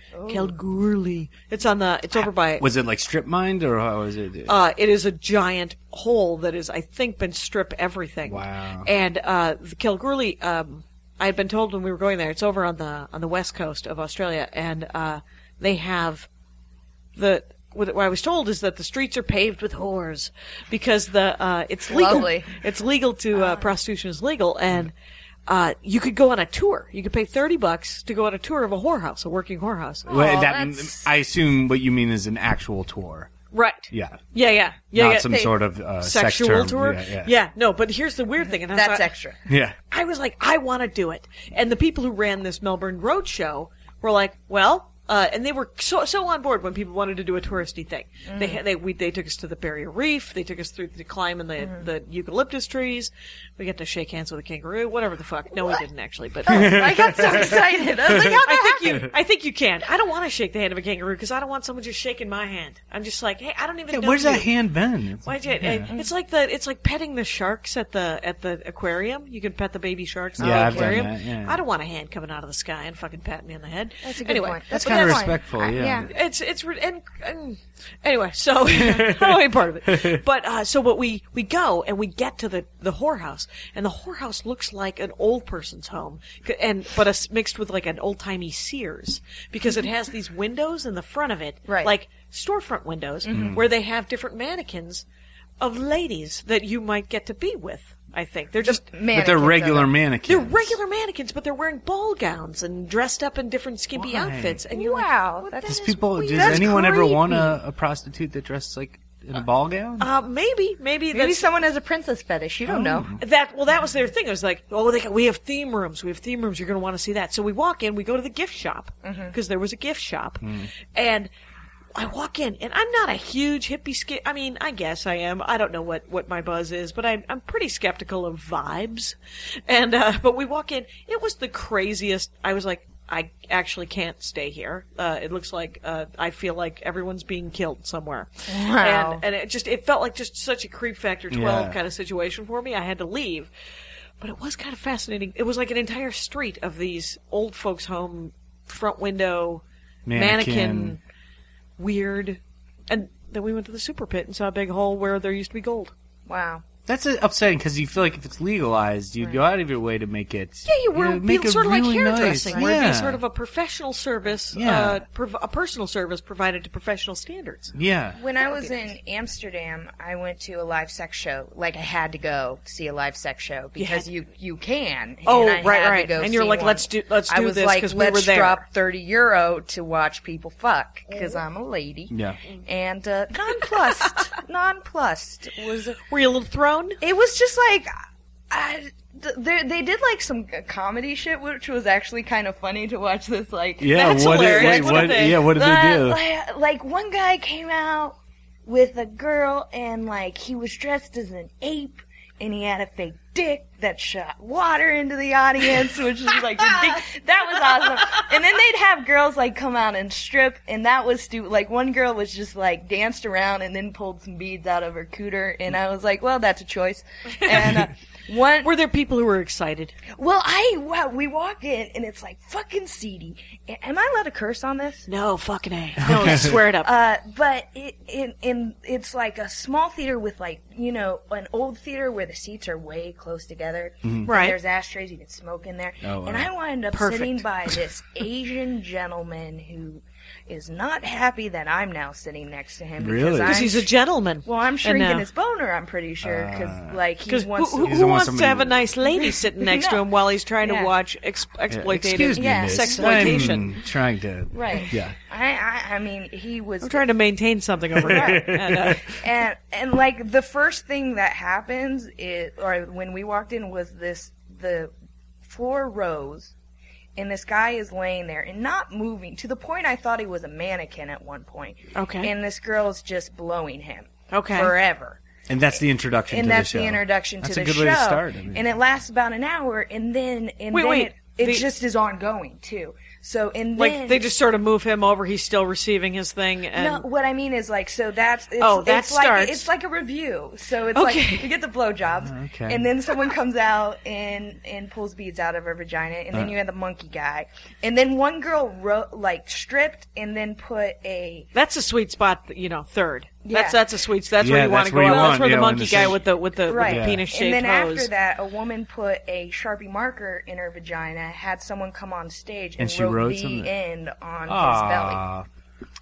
Kalgoorlie. It's on the. It's over by.
was it like strip mined or how was it?
uh, it is a giant hole that is, I think, been strip everything.
Wow.
And uh, the Kalgoorlie. Um, I had been told when we were going there. It's over on the on the west coast of Australia, and uh, they have the. What what I was told is that the streets are paved with whores because the uh, it's legal.
Lovely.
It's legal to uh, prostitution is legal, and uh, you could go on a tour. You could pay thirty bucks to go on a tour of a whorehouse, a working whorehouse.
Well,
Oh,
that,
that's-
I assume what you mean is an actual tour.
Right.
Yeah.
Yeah. Yeah. Yeah.
Not
yeah.
some
They-
sort of uh, sex
sexual
term.
tour.
Yeah, yeah.
No, but here's the weird thing, and I
That's
thought-
extra.
Yeah.
I was like, I want to do it. And the people who ran this Melbourne Road Show were like, well, Uh, and they were so so on board when people wanted to do a touristy thing. They
Mm.
had- they we, they took us to the barrier reef. They took us through the climb in the,
Mm-hmm.
the eucalyptus trees. We got to shake hands with a kangaroo. Whatever the fuck. No, we didn't actually. But uh,
I got so excited. I was like, "Oh, how the
I
heck?
think you I think you can. I don't want to shake the hand of a kangaroo because I don't want someone just shaking my hand. I'm just like, hey, I don't even. know
Where's
you.
that hand been? It's
Why
like,
do you,
yeah.
It's like the it's like petting the sharks at the at the aquarium. You can pet the baby sharks at
Yeah,
the
I've done
aquarium.
that,
I
yeah.
don't want a hand coming out of the sky and fucking patting me on the head.
That's a good
anyway,
point.
That's
But
kind of
that's fine.
respectful.
I-
yeah.
yeah.
it's it's re- and, and anyway, so I don't want any part of it. But uh, so what we we go and we get to the the whorehouse, and the whorehouse looks like an old person's home, c- and but it's mixed with like an old timey Sears because it has these windows in the front of it,
Right. Mm-hmm.
Like storefront windows where they have different mannequins of ladies that you might get to be with. I think they're just
Man,
But they're regular
they're
mannequins.
regular mannequins, but they're wearing ball gowns and dressed up in different skimpy
Why?
outfits, and you're like,
Wow,
what
that's
the
Does
is
people?
weird.
Does
That's
anyone ever want
creepy.
a, a prostitute that dresses like in a ball gown?
Uh, maybe, maybe,
Maybe
that's
someone has a princess fetish. You don't
Oh.
know.
that. Well, that was their thing. It was like, oh, they got, we have theme rooms. We have theme rooms. You're going to want to see that. So we walk in. We go to the gift shop because there was a gift shop, and I walk in, and I'm not a huge hippie. Sk- I mean, I guess I am. I don't know what what my buzz is, but I'm I'm pretty skeptical of vibes, and uh, but we walk in. It was the craziest. I was like. I actually can't stay here. Uh, it looks like uh, I feel like everyone's being killed somewhere,
Wow.
and, and it just it felt like just such a creep factor twelve
Yeah.
kind of situation for me. I had to leave, but it was kind of fascinating. It was like an entire street of these old folks' home front window mannequin,
Mannequin.
weird, and then we went to the super pit and saw a big hole where there used to be gold.
Wow.
That's uh, upsetting because you feel like if it's legalized, you'd go out of your way to make it. Yeah,
you were
make it
sort of
really
like hairdressing,
Nice.
where it'd
yeah.
be sort of a professional service, uh,
Yeah.
prov- a personal service provided to professional standards.
yeah.
When I was in Amsterdam, I went to a live sex show. Like I had to go see a live sex show because
had-
you you can.
Oh,
and I
right,
had to
right.
go
And you're
see
like,
one.
let's do- let's
I
do
was
this
like,
'cause we
let's
were there.
drop thirty euro to watch people fuck
Mm-hmm.
because I'm a lady.
Yeah.
And uh, nonplussed, nonplussed was.
Were you a little thrown?
It was just like. I, th- they, they did like some comedy shit, which was actually kind of funny to watch. This like
Yeah.
That's
what? Did,
hilarious.
wait,
What
what?
did they-
yeah. What did
Uh,
they do?
Like, like, one guy came out with a girl and like he was dressed as an ape and he had a fake dick that shot water into the audience, which was like ridiculous. That was awesome. And then they'd have girls like come out and strip, and that was stupid. Like one girl was just like danced around and then pulled some beads out of her cooter, and I was like, well, that's a choice. And uh, one
Were there people who were excited?
well, I wow, we walk in and it's like fucking seedy. A- Am I allowed to curse on this?
No, fucking a. No, swear it up.
Uh, but it, in, in, it's like a small theater with like, you know, an old theater where the seats are way close together. And
Right.
There's ashtrays, you can smoke in there.
Mm-hmm. Oh, wow.
And I wound up
Perfect.
sitting by this Asian gentleman who is not happy that I'm now sitting next to him.
Really?
Because
'Cause
I'm,
he's a gentleman.
well, I'm
And,
shrinking
uh,
his boner, I'm pretty sure.
Uh,
Because, like, he
Because who,
wants
who,
to.
He
who
doesn't want
wants to
somebody
have a
to-
nice lady sitting next to
No.
him while he's trying
Yeah.
to watch ex-
Yeah,
exploitative
Excuse me,
Yeah.
miss.
sexploitation.
I'm trying to.
Right.
Yeah.
I, I, I mean, he was.
I'm trying to maintain something over here. And, uh,
and and like the first thing that happens is or when we walked in was this the floor rose and this guy is laying there and not moving to the point I thought he was a mannequin at one point.
Okay.
And this girl's just blowing him.
Okay.
Forever.
And that's the introduction.
And
to
that's
the,
the,
show.
introduction to
that's
the
a good
show.
way to start. I mean.
And it lasts about an hour and then and
Wait,
then
wait.
it, it
The-
just is ongoing too. So and
like
then
they just sort of move him over. He's still receiving his thing. And
no, what I mean is like so that's it's,
Oh, that
it's like
starts-
it's like a review. So it's
Okay.
like you get the blowjobs,
Oh, Okay.
and then someone comes out and and pulls beads out of her vagina, and
Uh.
then you have the monkey guy, and then one girl wrote like stripped and then put a
that's a sweet spot. You know, third.
Yeah.
That's that's a sweet. That's where
Yeah,
you want
that's
to go.
where you
out. that's
want,
where the
yeah, when
monkey
this
guy
is-
with the with the,
right,
penis
and
shaped
then
hose.
after that, a woman put a sharpie marker in her vagina, had someone come on stage and,
And she
wrote,
wrote
the
something?
end on his belly.
Aw,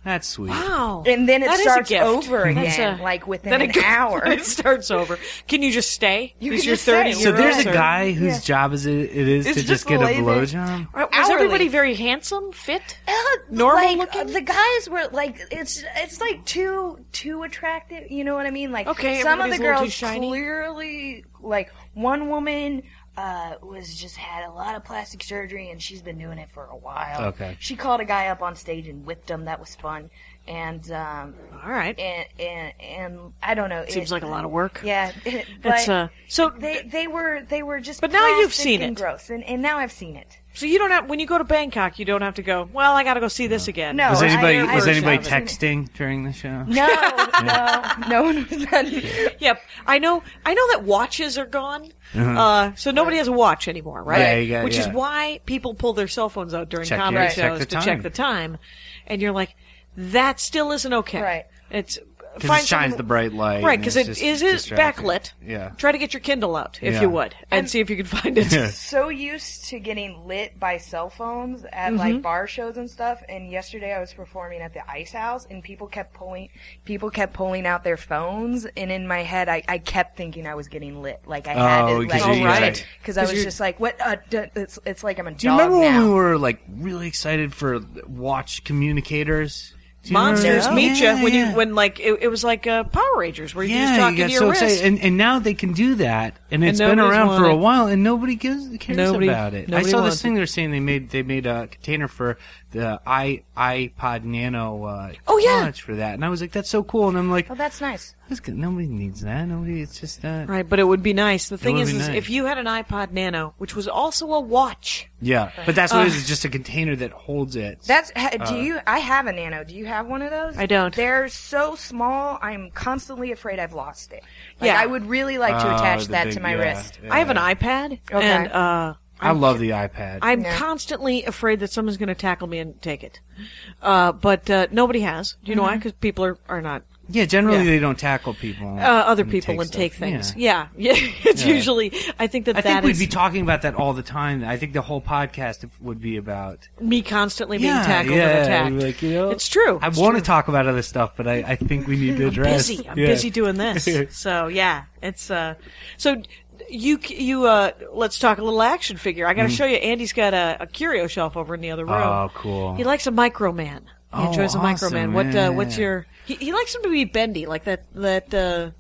that's sweet.
Wow.
And then it
That is a
starts
gift.
over
That's
again,
a-
like within
then
an
it goes-
hour.
it starts over. Can you just stay?
You
He's
can
your
just stay.
30
So
You're
there's a
right.
guy whose job is it, it is
It's
to
just
just get a
lay there.
blowjob.
Was
Hourly.
everybody very handsome, fit?
Uh,
Normal
like,
looking?
The guys were like it's it's like too too attractive. You know what I mean? Like
Okay,
some of the
everybody's a little
girls
too shiny.
clearly like one woman uh, was just had a lot of plastic surgery, and she's been doing it for a while.
Okay.
She called a guy up on stage and whipped him. That was fun, and um,
All right.
and and and I don't know.
Seems like a lot of work.
Yeah,
That's
but
uh, so
they they were they were just.
But now you've
plastic
seen
and
it.
Gross, and, and now I've seen it.
so you don't have when you go to Bangkok, you don't have to go. Well, I got to go see this again.
No.
Was
I-
anybody
I-
was
I-
anybody
I've seen it.
texting during the show?
No, no, no one was done.
Yep. I know. I know that watches are gone, uh, so nobody has a watch anymore, right?
Mm-hmm. Yeah, you got-
Which is
yeah.
why people pull their cell phones out during
Check
comedy
your-
shows
check the
to check
time.
the time, and you're like, that still isn't okay.
Right.
It's
Because
find
it shines
something-
the bright light.
Right,
and
because
it's
it
just
is it
distracting.
backlit.
Yeah.
Try to get your Kindle out if
Yeah.
you would, and see if you can find it.
Yeah.
so used to getting lit by cell phones at
Mm-hmm.
like bar shows and stuff. And yesterday I was performing at the Ice House, and people kept pulling, people kept pulling out their phones. And in my head, I, I kept thinking I was getting lit, like I had
Oh,
it,
'cause
like
Oh,
you're-
right. yeah.
because I
'Cause
was
you're-
just like, what? Uh, d- it's it's like I'm a
Do you
dog
remember
now.
when we were like really excited for watch communicators? Do you remember
Monsters
that?
meet
Yeah,
you when
yeah.
you when like it, it was like uh, Power Rangers where you
yeah,
just talking
you got
to your
so
wrist.
excited, and, and now they can do that, and it's been
nobody's
around for a
wanted-
while, and nobody gives cares
Nobody-
about it. I
nobody
saw
wants
this thing they're saying they made they made a container for the i iPod Nano. Uh,
Oh, yeah.
clutch for that, and I was like, that's so cool, and I'm like,
Oh, that's nice.
that's good. nobody needs that. Nobody, it's just that.
Right, but it would be nice. The thing
would
is,
be
is
nice.
if you had an iPod Nano, which was also a watch,
Yeah, but that's what it is. It's just a container that holds it.
That's ha-
Uh.
do you? I have a Nano. Do you have one of those?
I don't.
They're so small. I'm constantly afraid I've lost it. Like,
Yeah.
I would really like to
Oh,
attach
the
that
big-
to my
yeah,
wrist.
yeah.
I have an iPad,
Okay.
and uh,
I love the iPad.
I'm
Yeah.
constantly afraid that someone's going to tackle me and take it. Uh, but uh, nobody has. Do you know why?
Mm-hmm.
Because people are, are not
yeah, generally
yeah.
they don't tackle people.
uh, other people and take things. Yeah, yeah. it's
Yeah.
usually I think that
I think
that
we'd
is
be talking about that all the time. I think the whole podcast would be about
me constantly being
yeah,
tackled
yeah,
and attacked.
like, you know,
it's true.
I
Oh, It's
want to
true.
talk about other stuff, but I, I think we need to address.
busy. I'm
Yeah.
busy doing this. so yeah, it's uh. So you you uh. Let's talk a little action figure. I got to show you. Andy's got a, a curio shelf over in the other room.
Mm-hmm. Oh, cool.
He likes a microman. He
Oh,
enjoys a
awesome,
microman. What
yeah,
uh, what's
yeah.
your? He, he likes him to be bendy, like that that uh,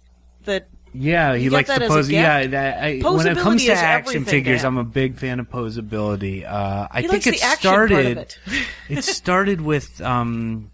that.
Yeah, he
You get
likes
that
to
as a
pose.
gift?
Yeah, that, I, when it
Posability
comes to
is
action
everything to
figures,
him.
I'm a big fan of posability. Uh, I
He
think
likes
it
the action part
started.
of it.
it started with um,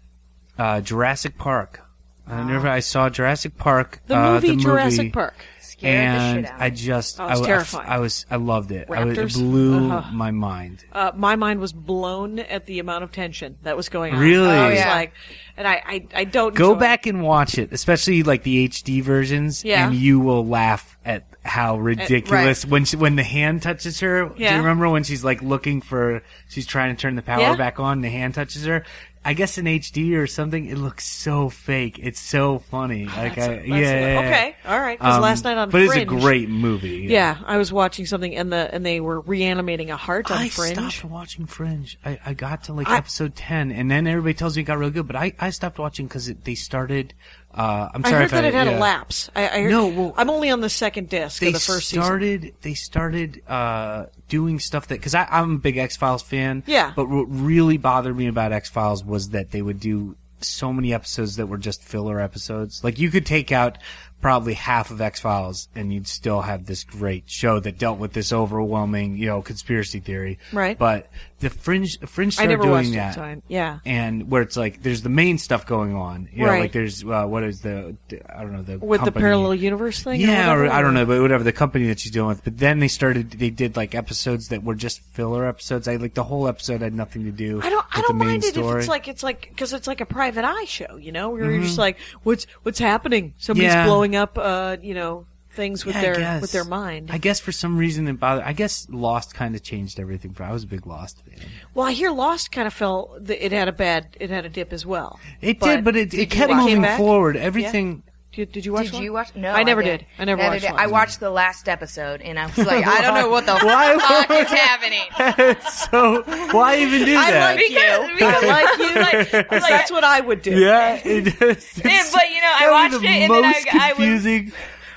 uh, Jurassic Park. I remember I saw Jurassic Park,
Ah. The
uh,
movie
the
Jurassic
movie,
Park.
Scared the
and
shit out of
I
me.
just
Oh,
I,
it's
w- I f-
terrifying.
I was I loved it. I was, it
Raptors?
blew
Uh-huh.
my mind.
Uh, my mind was blown at the amount of tension that was going on.
Really?
I was
Oh, yeah.
like, and I, I, I don't
Go
enjoy-
back and watch it, especially like the HD versions,
Yeah. Uh,
and you will laugh at how ridiculous when she, when the hand touches her. Do
Yeah.
you remember when she's like looking for she's trying to turn the power
Yeah.
back on, and the hand touches her? I guess in HD or something, it looks so fake. It's so funny. like, I,
Oh, That's-
yeah, yeah, yeah.
Okay. All right. Because
Um,
last night on
but
Fringe,
it's a great movie.
Yeah, I was watching something and the and they were reanimating a heart on
I
Fringe.
stopped watching Fringe. I, I got to like
I-
episode ten, and then everybody tells me it got real good. But I, I stopped watching because they started. Uh, I'm
I
sorry
heard
if
that
I,
it had a
yeah.
lapse. I, I heard,
No, well-
I'm only on the second disc
They
of the first season.
started. They started uh, doing stuff that because I'm a big X Files fan.
Yeah.
But what really bothered me about X Files was that they would do so many episodes that were just filler episodes. Like you could take out probably half of X Files and you'd still have this great show that dealt with this overwhelming, you know, conspiracy theory.
Right.
But the Fringe
I
Fringe started
never
doing
watched
that
it, so I, yeah.
and where it's like there's the main stuff going on, you know,
Right.
like there's uh, what is the I don't know the
With the
company-
parallel universe thing?
yeah,
or
or
whatever?
I don't know, but whatever the company that she's dealing with. But then they started, they did like episodes that were just filler episodes. I like the whole episode had nothing to do.
I don't. I
with
don't
the main
mind it if
story. Mm-hmm.
it's like it's like because it's like a private eye show, you know. Where you're just like, what's what's happening? Somebody's
Yeah.
blowing up, uh, you know, things with
Yeah, I
their
guess.
with their mind.
I guess for some reason it bothered. I guess Lost kind of changed everything. For I was a big Lost fan.
well, I hear Lost kind of fell. th- It had a bad. It had a dip as well.
It did, but it,
did you
it kept
watch- it came
moving
back?
forward. Everything.
Did, did you watch?
Did
Lost?
you watch? No,
I never
didn't.
did. I never watched.
did.
Lost.
I watched the last episode, and I was like, I don't know what the fuck is happening.
so why even do that?
like you. I like you. Like, that's what I would do.
yeah, it is.
Yeah, but you know, I
That
watched
would
it
be the
and then I,
most
I was
confusing.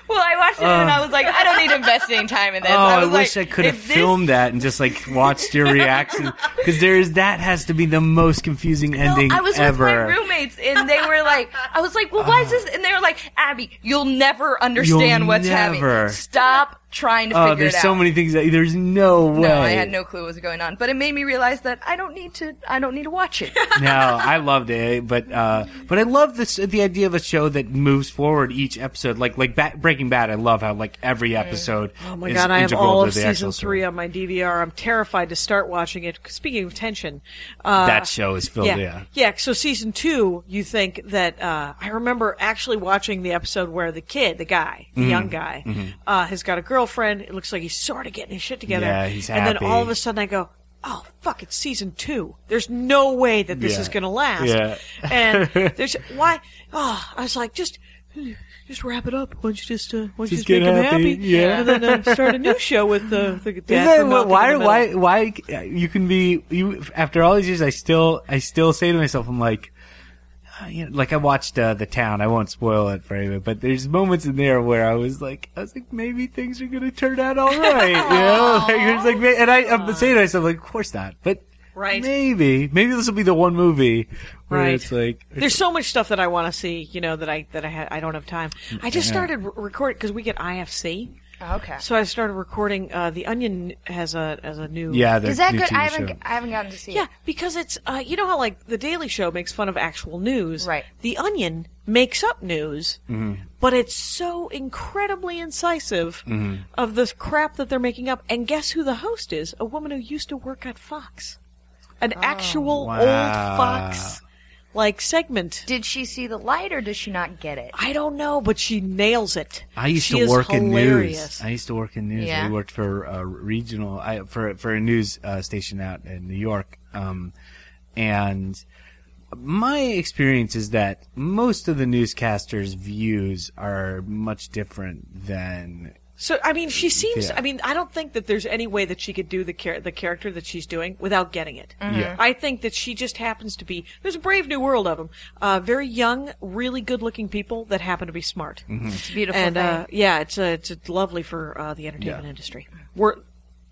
well, I watched it and I was like, I don't need to invest any time in this.
Oh,
I,
I,
was
wish
like,
I could have
if this-
filmed that and just like watched your reaction because there is that has to be the most confusing
No,
ending
I was
ever.
with my roommates and they were like, I was like, well, why is this? And they were like, Abby, you'll never understand
You'll
what's
never.
happening. Stop trying to
Oh,
figure
there's
it out.
so many things that there's no way.
No, I had no clue what was going on, but it made me realize that I don't need to. I don't need to watch it.
no, I loved it, but uh, but I love this the idea of a show that moves forward each episode. Like like ba- Breaking Bad, I love how like
Mm.
every episode.
Oh my
is
god, I have
integral
all of
to the
season
actual story.
three on my DVR. I'm terrified to start watching it. Speaking of tension, uh,
That show is filled. Yeah,
yeah, yeah. So season two, you think that uh, I remember actually watching the episode where the kid, the guy,
Mm-hmm.
the young guy, uh, has got a girlfriend. It looks like he's sort of getting his shit together.
Yeah, he's
And then all of
happy.
a sudden, I go. Oh fuck! It's season two. There's no way that this
Yeah.
is going to last.
Yeah.
And there's why? Oh, I was like, just, just wrap it up. Why don't you just, uh, why don't
Just
you
get
just make him
happy.
happy?
Yeah.
And then uh, start a new show with the. the
Is
dad
that
from
what,
Malcolm
why
in the Middle.
why why uh, you can be you after all these years? I still I still say to myself, I'm like. uh, You know, like I watched uh, the town. I won't spoil it for you, but there's moments in there where I was like, I was like, maybe things are gonna turn out all right. You know, like, there's like, ma- and I, I'm saying to myself, like, of course not, but
Right.
maybe, maybe this will be the one movie where
Right.
it's like,
There's so much stuff that I want to see, you know, that I that I ha- I don't have time. I just started re- recording because we get IFC,
okay.
so I started recording. Uh, the Onion has a as a new
yeah, the
Is that
new
good?
TV
I haven't.
show.
I haven't gotten to see
yeah
it.
because it's uh, you know how like the Daily Show makes fun of actual news,
Right.
The Onion makes up news,
Mm-hmm.
but it's so incredibly incisive
Mm-hmm.
of the crap that they're making up. And guess who the host is? A woman who used to work at Fox, an actual old
Wow.
Fox like segment.
Did she see the light, or does she not get it?
I don't know, but she nails it.
I used
She
to
is
work in news.
hilarious.
I used to work in news.
Yeah.
We worked for a regional, I, for for a news uh, station out in New York, um, and my experience is that most of the newscasters' views are much different than.
So I mean, she seems.
Yeah.
I mean, I don't think that there's any way that she could do the char- the character that she's doing without getting it.
Yeah.
I think that she just happens to be. There's a brave new world of them. Uh, very young, really good-looking people that happen to be smart.
Mm-hmm.
It's a beautiful
And
thing.
uh, yeah, it's uh, it's lovely for uh, the entertainment
Yeah.
industry. We're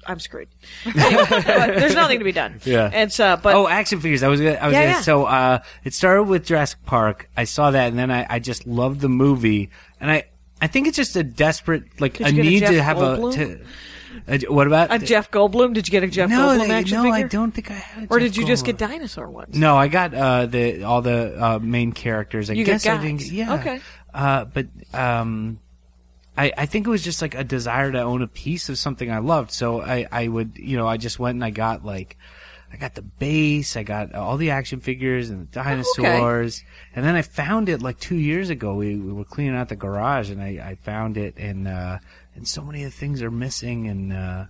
I'm screwed. Anyway, but there's nothing to be done.
Yeah.
And so, but
Oh, action figures! I was gonna, I was
Yeah,
gonna,
yeah.
so uh, it started with Jurassic Park. I saw that, and then I, I just loved the movie, and I I think it's just a desperate like
Did
I
you get a
need to
Jeff
have
Goldblum?
a to. Uh, what about
a Jeff Goldblum. Did you get a Jeff
no,
Goldblum
they-
action
no, I
figure?
don't think I had.
Or did you just get
down?
dinosaur ones?
No, I got uh, the all the uh, main characters. I
You got
guess I didn't.
guys.
Yeah.
Okay.
Uh, but um, I I think it was just like a desire to own a piece of something I loved. So I I would you know I just went and I got like. I got the base. I got all the action figures and the dinosaurs, and then I found it like two years ago. We, we were cleaning out the garage, and I, I found it, and uh, and so many of the things are missing, and uh,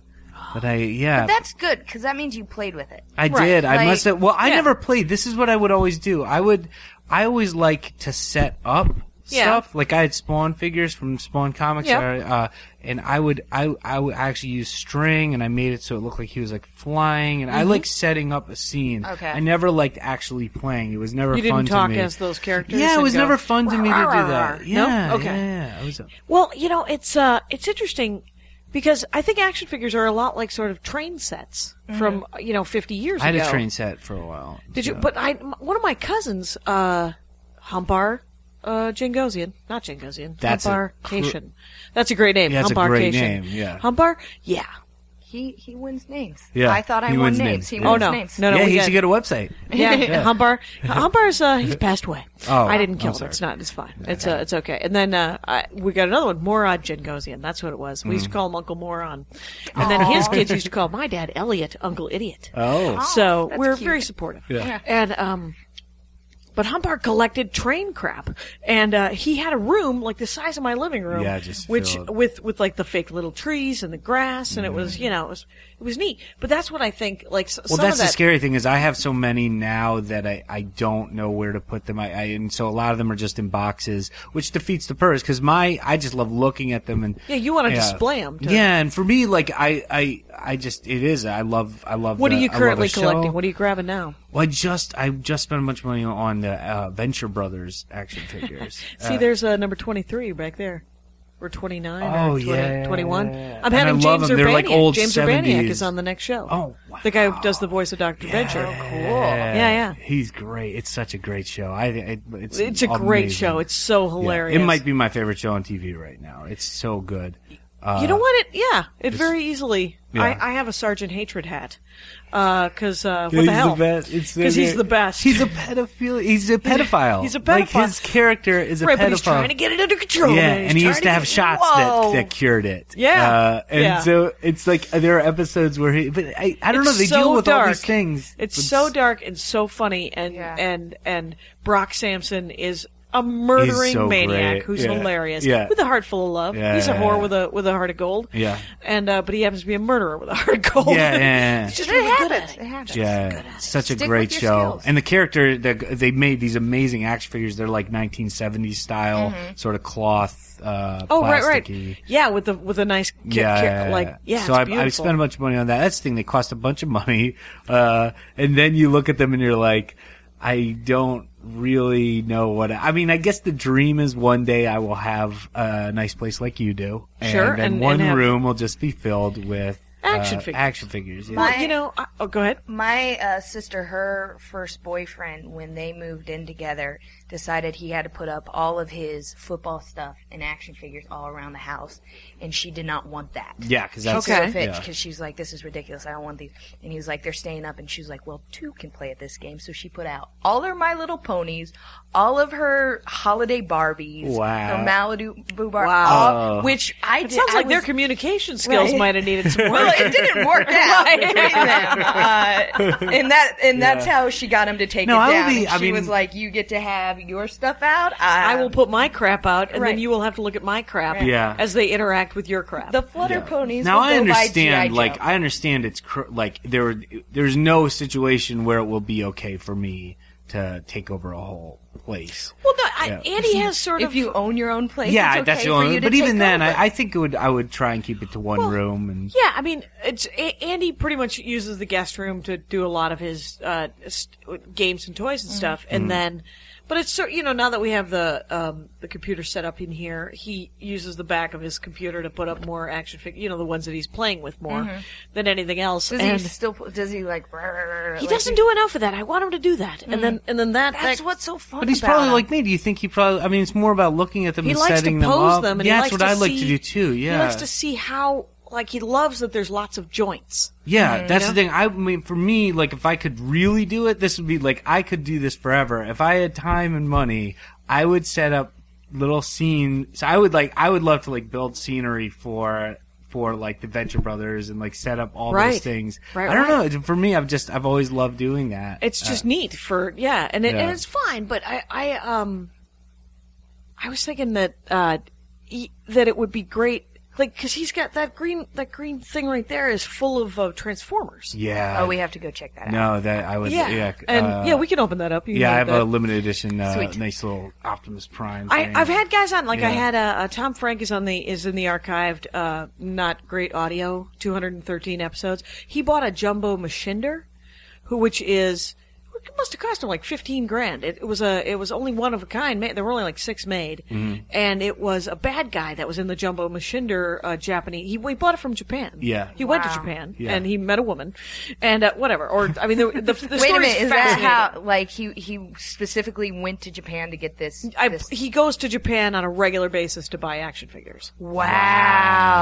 but I yeah.
That's good because that means you played with it.
I
Right,
did. I
like-
must have. Well, I
Yeah.
never played. This is what I would always do. I would. I always like to set up
Yeah.
stuff. Like I had Spawn figures from Spawn Comics,
Yep.
or, uh, and I would. I I would actually use string, and I made it so it looked like he was like flying, and
Mm-hmm.
I like setting up a scene.
Okay.
I never liked actually playing. It was never.
You
fun
didn't talk
to me.
as those characters.
Yeah, it
and
was
go,
never fun to me to do that.
No?
Yeah.
Okay.
Yeah, yeah. I was.
Well, you know, it's uh, it's interesting because I think action figures are a lot like sort of train sets from you know 50 years
Mm-hmm. I had
ago.
a train set for a while.
Did you?
so-
But I, m- one of my cousins, uh, Humpar, uh, Jingosian, not Jingosian,
That's a
Humpar
cr-
Cation. That's a great name.
Yeah, that's a
Humpar
great
Cation.
name, yeah.
Humpar, yeah.
He he wins names.
Yeah,
I thought I
he
won
wins
names.
names.
He
Yeah.
wins
Oh no,
names.
no, no.
yeah,
we
he
got-
should get a website.
Yeah, Humbar. Humbar's uh, he's passed away.
Oh,
I didn't kill
I'm
him.
sorry.
It's not. It's fine. It's uh, it's okay. And then uh, I, we got another one, Morad Jengosian. That's what it was. We used to
Mm.
call him Uncle Moron, and then his kids used to call my dad Elliot Uncle Idiot.
Oh.
so
that's
we're
cute.
very supportive.
Yeah.
And um, but Humpar collected train crap, and uh, he had a room like the size of my living room.
Yeah, just
which
filled. Mm.
with with like the fake little trees and the grass, and it was you know it was it was neat. But that's what I think. Like s-
Well,
some
that's
of that,
the scary thing is I have so many now that I, I don't know where to put them. I, I and so a lot of them are just in boxes, which defeats the purpose because my I just love looking at them and
Yeah, you wanna display 'em, too.
Yeah, and for me, like I I I just it is I love I love.
What
the-
are you
I love a
currently
show.
collecting? What are you grabbing now?
Well, I just I just spent a bunch of money on the uh, Venture Brothers action figures.
See, there's uh, number 23 back there. Or 29
Oh,
or 20,
yeah.
21. I'm
And I
having
love
James
them. They're like
Urbaniak.
old
James Urbaniak
70s.
is on the next show.
Oh,
The guy who does the voice of Dr. Venture. Oh,
Yeah,
Yeah, yeah.
He's great. It's such a great show. I it, it's
It's a great
amazing.
show. It's so
Yeah.
hilarious.
It might be my favorite show on TV right now. It's so good.
you know what? It yeah, it very easily.
uh, Yeah.
I, I have a Sergeant Hatred hat because uh, what the
he's
hell?
the best. It's
Because he's the best.
He's a pedophile. He's a pedophile.
He's a
Like
pedophile.
his character is a
right,
pedophile.
but he's trying to get it under control.
yeah,
man. He's
and he
trying
used to
get-
have shots
Whoa.
that, that cured it.
Yeah,
uh, and
yeah.
so it's like uh, there are episodes where he, but I, I don't
It's
know. They
so
deal with all
dark.
these things.
It's
But
so dark and so funny, and
Yeah.
and and Brock Sampson is a murdering
He's so
maniac
great.
who's
Yeah.
hilarious
Yeah.
with a heart full of love.
Yeah.
He's a whore with a with a heart of gold.
Yeah.
and uh, but he happens to be a murderer with a heart of gold.
Yeah, yeah, yeah.
He's just
It
really good at
happens.
it.
It happens.
Yeah, such a
Stick
great
with
show.
your skills.
And the character that they made these amazing action figures. They're like 1970s style, sort of cloth. Uh,
Mm-hmm. Oh right, right.
plasticky.
Yeah, with the with a nice ki- ki-
Yeah,
like yeah.
So
it's
I, I
beautiful.
spent a bunch of money on that. That's the thing. They cost a bunch of money, uh, and then you look at them and you're like, I don't really know what. I, I mean, I guess the dream is one day I will have a nice place like you do, and
Sure,
then
and-
one
and have-
room will just be filled with
Action
uh,
figures.
Action figures. yeah.
Well, you know, I, oh, go ahead.
My uh, sister, her first boyfriend, when they moved in together, decided he had to put up all of his football stuff and action figures all around the house, and she did not want that.
Yeah, because that's
Okay.
Because
Yeah.
she was like, "This is ridiculous. I don't want these." And he was like, "They're staying up." And she was like, "Well, two can play at this game." So she put out all her My Little Ponies, all of her holiday Barbies,
Wow. Oh.
her Malibu Bar,
Wow.
all, which I
It
did.
sounds
I
like their
was-
communication skills
Right.
might have needed some work.
well, it didn't work out between them, uh, and that and that's
Yeah.
how she got him to take
No,
it
I would
down.
be-
And
I
she
mean-
was like, "You get to have your stuff out. I,
I will put my crap out, and then
Right.
you will have to look at my crap
Yeah.
as they interact with your crap.
the flutter ponies."
Now
will
I
go by
understand,
G.I.
like
Joe.
I understand it's cr- like there, were- there's no situation where it will be okay for me to take over a whole place.
well, no, I,
Yeah.
Andy has sort
if
of.
you own your own place,
yeah,
it's okay
that's the
for
only.
you to
But even
take
then,
over.
I, I think it would. I would try and keep it to one room and
yeah, I mean, it's A- Andy pretty much uses the guest room to do a lot of his uh, st- games and toys and stuff,
Mm-hmm.
and then, but it's so you know now that we have the um, the computer set up in here, he uses the back of his computer to put up more action figures, you know, the ones that he's playing with more than anything else.
Mm-hmm. does
and
he still? Does he like? rah, rah, rah,
he
like, Mm.
doesn't do enough of that. I want him to do that, and then and then that
That's
that,
what's so fun.
But he's
about
probably
him.
like me. Do you think he probably? I mean, it's more about looking at them
he
and
likes
setting
to
them
pose
up.
them, and
yeah,
he
that's
likes
what
to
I like
see,
to do too. Yeah,
he likes to see how like he loves that there's lots of joints.
Yeah, that's the
know?
thing. I mean, for me, like, if I could really do it, this would be like, I could do this forever. If I had time and money, I would set up little scenes. So I would like, I would love to like build scenery for, for like the Venture Brothers and like set up all
Right.
those things.
Right,
I don't
right.
know. For me, I've just, I've always loved doing that.
It's just neat for yeah, and it,
Uh, Yeah.
and it's fine. But I I um I was thinking that uh e- that it would be great like because he's got that green that green thing right there is full of uh, transformers.
yeah.
Oh, we have to go check that out.
no, that I would.
Yeah,
Yeah.
and
uh,
yeah, we can open that up. You can
Yeah, I
make
have
that.
a limited edition, uh,
Sweet.
nice little Optimus Prime.
I,
thing.
I've had guys on like I
Yeah.
had uh, uh, Tom Frank is on the is in the archived uh, not great audio 213 episodes. He bought a jumbo machinder, who which is it must have cost him like 15 grand. It, it was a it was only one of a kind. Ma- There were only like six made,
Mm-hmm.
and it was a bad guy that was in the jumbo machinder uh, Japanese. He, he bought it from Japan.
Yeah.
he went to
Wow.
Japan
Yeah.
and he met a woman, and uh, whatever. Or I mean, the, the, the
Wait a
story's
minute, is that
fascinating.
how? Like he he specifically went to Japan to get this.
I,
this-
he goes to Japan on a regular basis to buy action figures.
wow.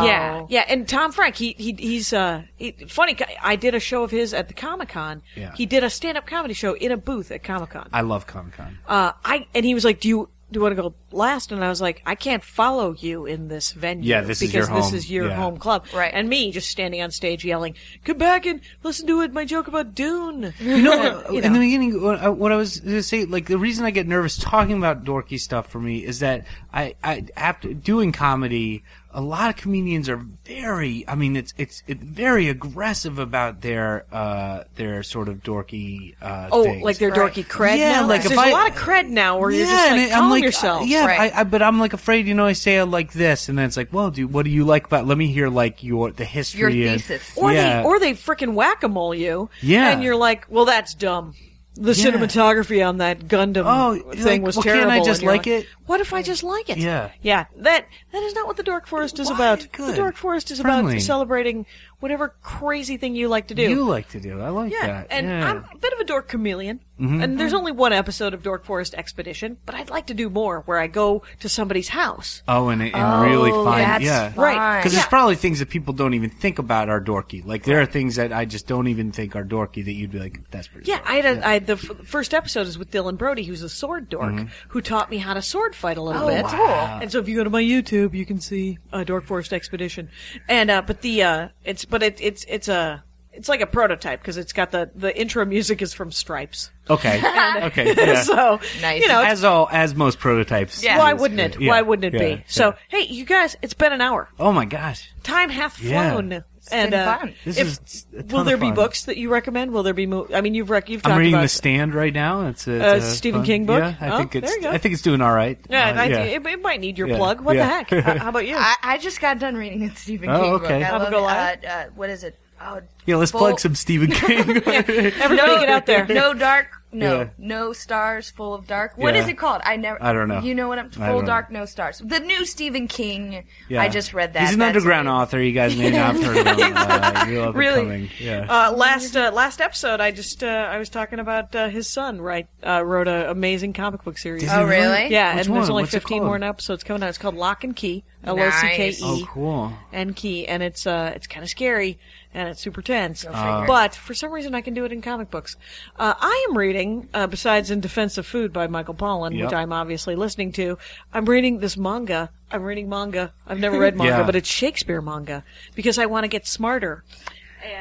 Oh.
Yeah, yeah, and Tom Frank, he, he he's uh he, funny. guy. I did a show of his at the Comic Con.
Yeah.
He did a stand up comedy show in a booth at Comic Con.
I love Comic Con.
Uh, I and he was like, "Do you do you want to go last?" And I was like, "I can't follow you in this venue.
Yeah, this is
because
your
this
home.
is your
Yeah.
home club,
Right.
And me just standing on stage yelling, "Come back and listen to it." My joke about Dune.
You know,
you
in
know.
the beginning, what I, what I was going to say, like the reason I get nervous talking about dorky stuff for me is that I, I after doing comedy, a lot of comedians are very, I mean, it's it's, it's very aggressive about their uh, their sort of dorky. Uh,
Oh,
things.
like they're
Right.
dorky cred
Yeah,
now.
like, if
there's a
I-
lot of cred now where you're
Yeah,
just
and
like
it-
calm
I'm like,
yourself.
uh, yeah,
Right.
I, I, but I'm like afraid, you know. I say I like this, and then it's like, well, dude, what do you like about? Let me hear like your the history, and-
thesis.
Or
yeah.
they or they freaking whack a mole you.
Yeah.
And you're like, well, that's dumb. The
Yeah.
cinematography on that Gundam
Oh,
thing
like,
was
well, can't I
terrible. and
just
you're
like it?
What if I just like it?
Yeah.
Yeah. That that is not what the Dark Forest is
Why?
about.
Good.
The Dark Forest is
Friendly.
about celebrating whatever crazy thing you like to do.
You like to do. I like
yeah,
that.
and
yeah. Mm-hmm.
I'm a bit of a dork chameleon. And there's only one episode of Dork Forest Expedition, but I'd like to do more where I go to somebody's house.
oh, and, and really
Oh,
find
that's
yeah.
fun.
Right.
Because
Yeah.
there's probably things that people don't even think about are dorky. Like there are things that I just don't even think are dorky that you'd be like, that's pretty.
Yeah,
dorky."
I had, a, I had the f- first episode is with Dylan Brody, who's a sword dork,
Mm-hmm.
who taught me how to sword fight a little
Oh,
bit.
cool. Wow.
And so if you go to my YouTube, you can see uh, Dork Forest Expedition, and uh, but the uh, it's but it, it's it's a it's like a prototype because it's got the the intro music is from Stripes.
Okay. okay. Yeah.
so
Nice.
you know, it's-
as all as most prototypes.
Yeah.
why wouldn't it?
Yeah,
Why wouldn't it
yeah,
be?
yeah.
So hey, you guys, it's been an hour.
Oh my gosh.
Time hath
Yeah.
flown. and
been
uh,
fun.
This
if-
is a ton
will
of
there be
fun.
books that you recommend? Will there be? Mo- I mean, you've rec- you've talked
I'm reading
about
The Stand right now. It's a,
Uh,
it's a
Stephen
fun-
King book?
Yeah, I
Oh,
think it's
there you go.
I think it's doing all right.
Yeah,
Uh,
I, It, it might need your
Yeah.
plug. What
Yeah.
the heck? how, how about you?
I, I just got done reading the Stephen
Oh,
King
okay.
book. I
I'm
love it.
gonna lie.
Uh, uh, what is it? Oh,
yeah, let's
full-
plug some Stephen King.
Everybody get out there.
No dark, no,
Yeah.
no stars, full of dark. What is
Yeah.
it called? I never.
I don't know.
You know what I'm?
I
Full
don't
dark, no stars. The new Stephen King.
Yeah.
I just read that.
He's an
That's
underground
amazing.
author. You guys may not have heard of him. Uh, you'll have it
Really?
coming. Yeah.
Uh, last uh, last episode, I just uh, I was talking about uh, his son. Right, uh, wrote an amazing comic book series.
Did
Oh,
he
really?
yeah,
Which
and there's
one?
only
What's it
15
called?
more episodes coming out. It's called Lock and Key, L O C K
Nice.
Oh,
E
cool.
and Key, and it's uh it's kind of scary and it's super tense.
figure.
but for some reason, I can do it in comic books. Uh, I am reading, uh, besides in Defense of Food by Michael Pollan,
Yep.
which I'm obviously listening to. I'm reading this manga. I'm reading manga. I've never read manga,
Yeah.
but it's Shakespeare manga because I want to get smarter.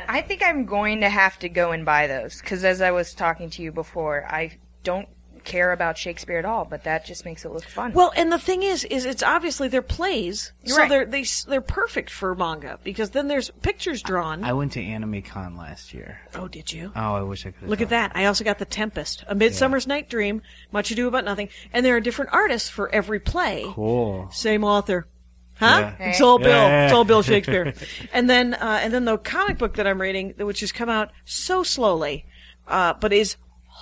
I think I'm going to have to go and buy those because, as I was talking to you before, I don't care about Shakespeare at all. But that just makes it look fun.
Well, and the thing is, is it's obviously they're plays, so
right.
they're they, s- they're perfect for manga because then there's pictures drawn.
I went to Anime Con last year.
oh, did you?
Oh, I wish I could.
Look at that. I also got The Tempest, A Midsummer's Night Dream, Much Ado About Nothing, and there are different artists for every play.
Cool.
Same author. Huh?
Yeah.
It's all Bill.
Yeah.
It's all Bill Shakespeare. and then uh, and then the comic book that I'm reading, which has come out so slowly, uh, but is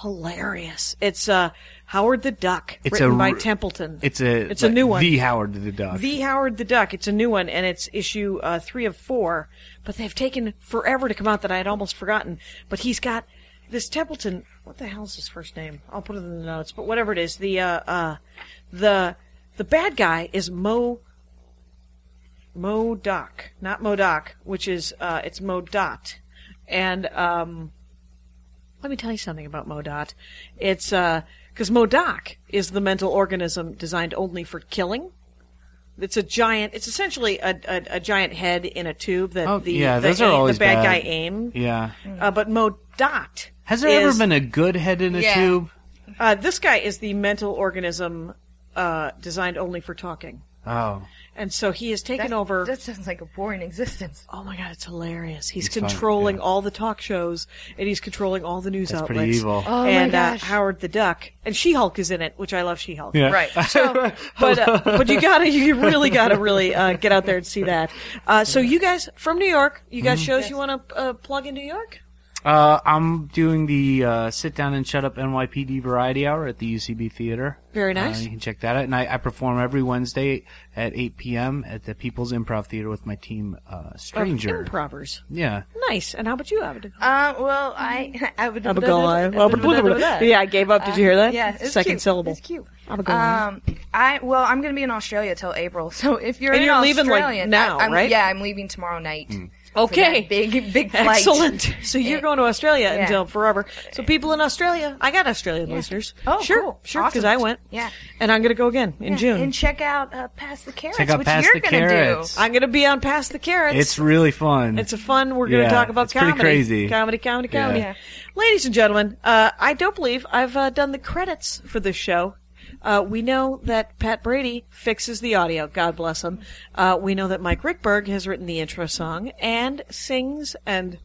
hilarious. It's uh, Howard the Duck,
It's
written
a
by
r-
Templeton.
It's a
it's a new one.
The Howard the Duck.
The Howard the Duck. It's a new one, and it's issue uh, three of four. But they've taken forever to come out that I had almost forgotten. But he's got this Templeton. What the hell's his first name? I'll put it in the notes. But whatever it is, the uh, uh, the the bad guy is Mo Modoc, not Modoc, which is uh, it's Modot, and um, let me tell you something about Modot. It's because Modoc is the mental organism designed only for killing. It's a giant. It's essentially a, a, a giant head in a tube that
Oh,
the
yeah,
the,
those are
aim-
always
the bad,
bad.
guy aim.
yeah.
Mm.
Uh, but Modot
Has there
is-
ever been a good head in a
Yeah.
tube?
uh, this guy is the mental organism uh, designed only for talking,
Oh,
and so he has taken
that,
over.
That sounds like a boring existence.
Oh my god, it's hilarious. He's
fun,
controlling
yeah.
all the talk shows and he's controlling all the news
That's
outlets.
pretty evil. Oh
my
and
gosh.
Uh, Howard the Duck and She-Hulk is in it, which I love She-Hulk.
yeah.
Right.
So, but uh, but you gotta you really gotta really uh, get out there and see that. Uh, so you guys from New York, you
Mm-hmm.
guys shows you want to uh, plug in New York?
Uh, I'm doing the uh, sit down and shut up NYPD variety hour at the UCB Theater.
Very nice.
Uh, you can check that out. And I, I perform every Wednesday at 8 p.m. at the People's Improv Theater with my team, uh, Stranger.
Improvers.
Yeah.
Oh, Nice. And how about you, Abed?
Uh, well, I I would.
Yeah, I gave up. Did you hear that?
Yeah, it's
Second
cute.
syllable.
It's cute.
Abigailia.
Um, I well, I'm gonna be in Australia till April. So if you're
And
in
you're
Australia
leaving, like, now,
I, am
right? Mm.
Yeah, I'm leaving tomorrow night. for
Okay.
that big big flight.
Excellent. So you're going to Australia
Yeah.
until forever. So people in Australia, I got Australian listeners.
Oh,
sure,
cool.
sure, because
Awesome.
I went.
Yeah.
and I'm going to go again in June.
And check out uh, Pass the Carrots,
Check out
which
Pass
you're
the
gonna
Carrots.
do.
I'm going to be on Past the Carrots.
It's really fun.
It's a fun. We're going to
Yeah,
talk about
it's pretty
comedy.
crazy.
Comedy, comedy,
Yeah.
comedy.
Yeah.
Ladies and gentlemen, uh, I don't believe I've uh, done the credits for this show. Uh, we know that Pat Brady fixes the audio. God bless him. Uh, we know that Mike Rickberg has written the intro song and sings and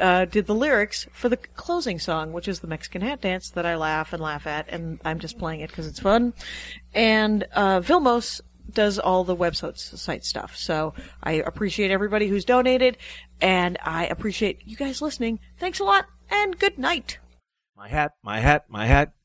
uh, did the lyrics for the closing song, which is the Mexican hat dance that I laugh and laugh at, and I'm just playing it because it's fun. And uh, Vilmos does all the website site stuff. So I appreciate everybody who's donated, and I appreciate you guys listening. Thanks a lot, and good night.
My hat, my hat, my hat.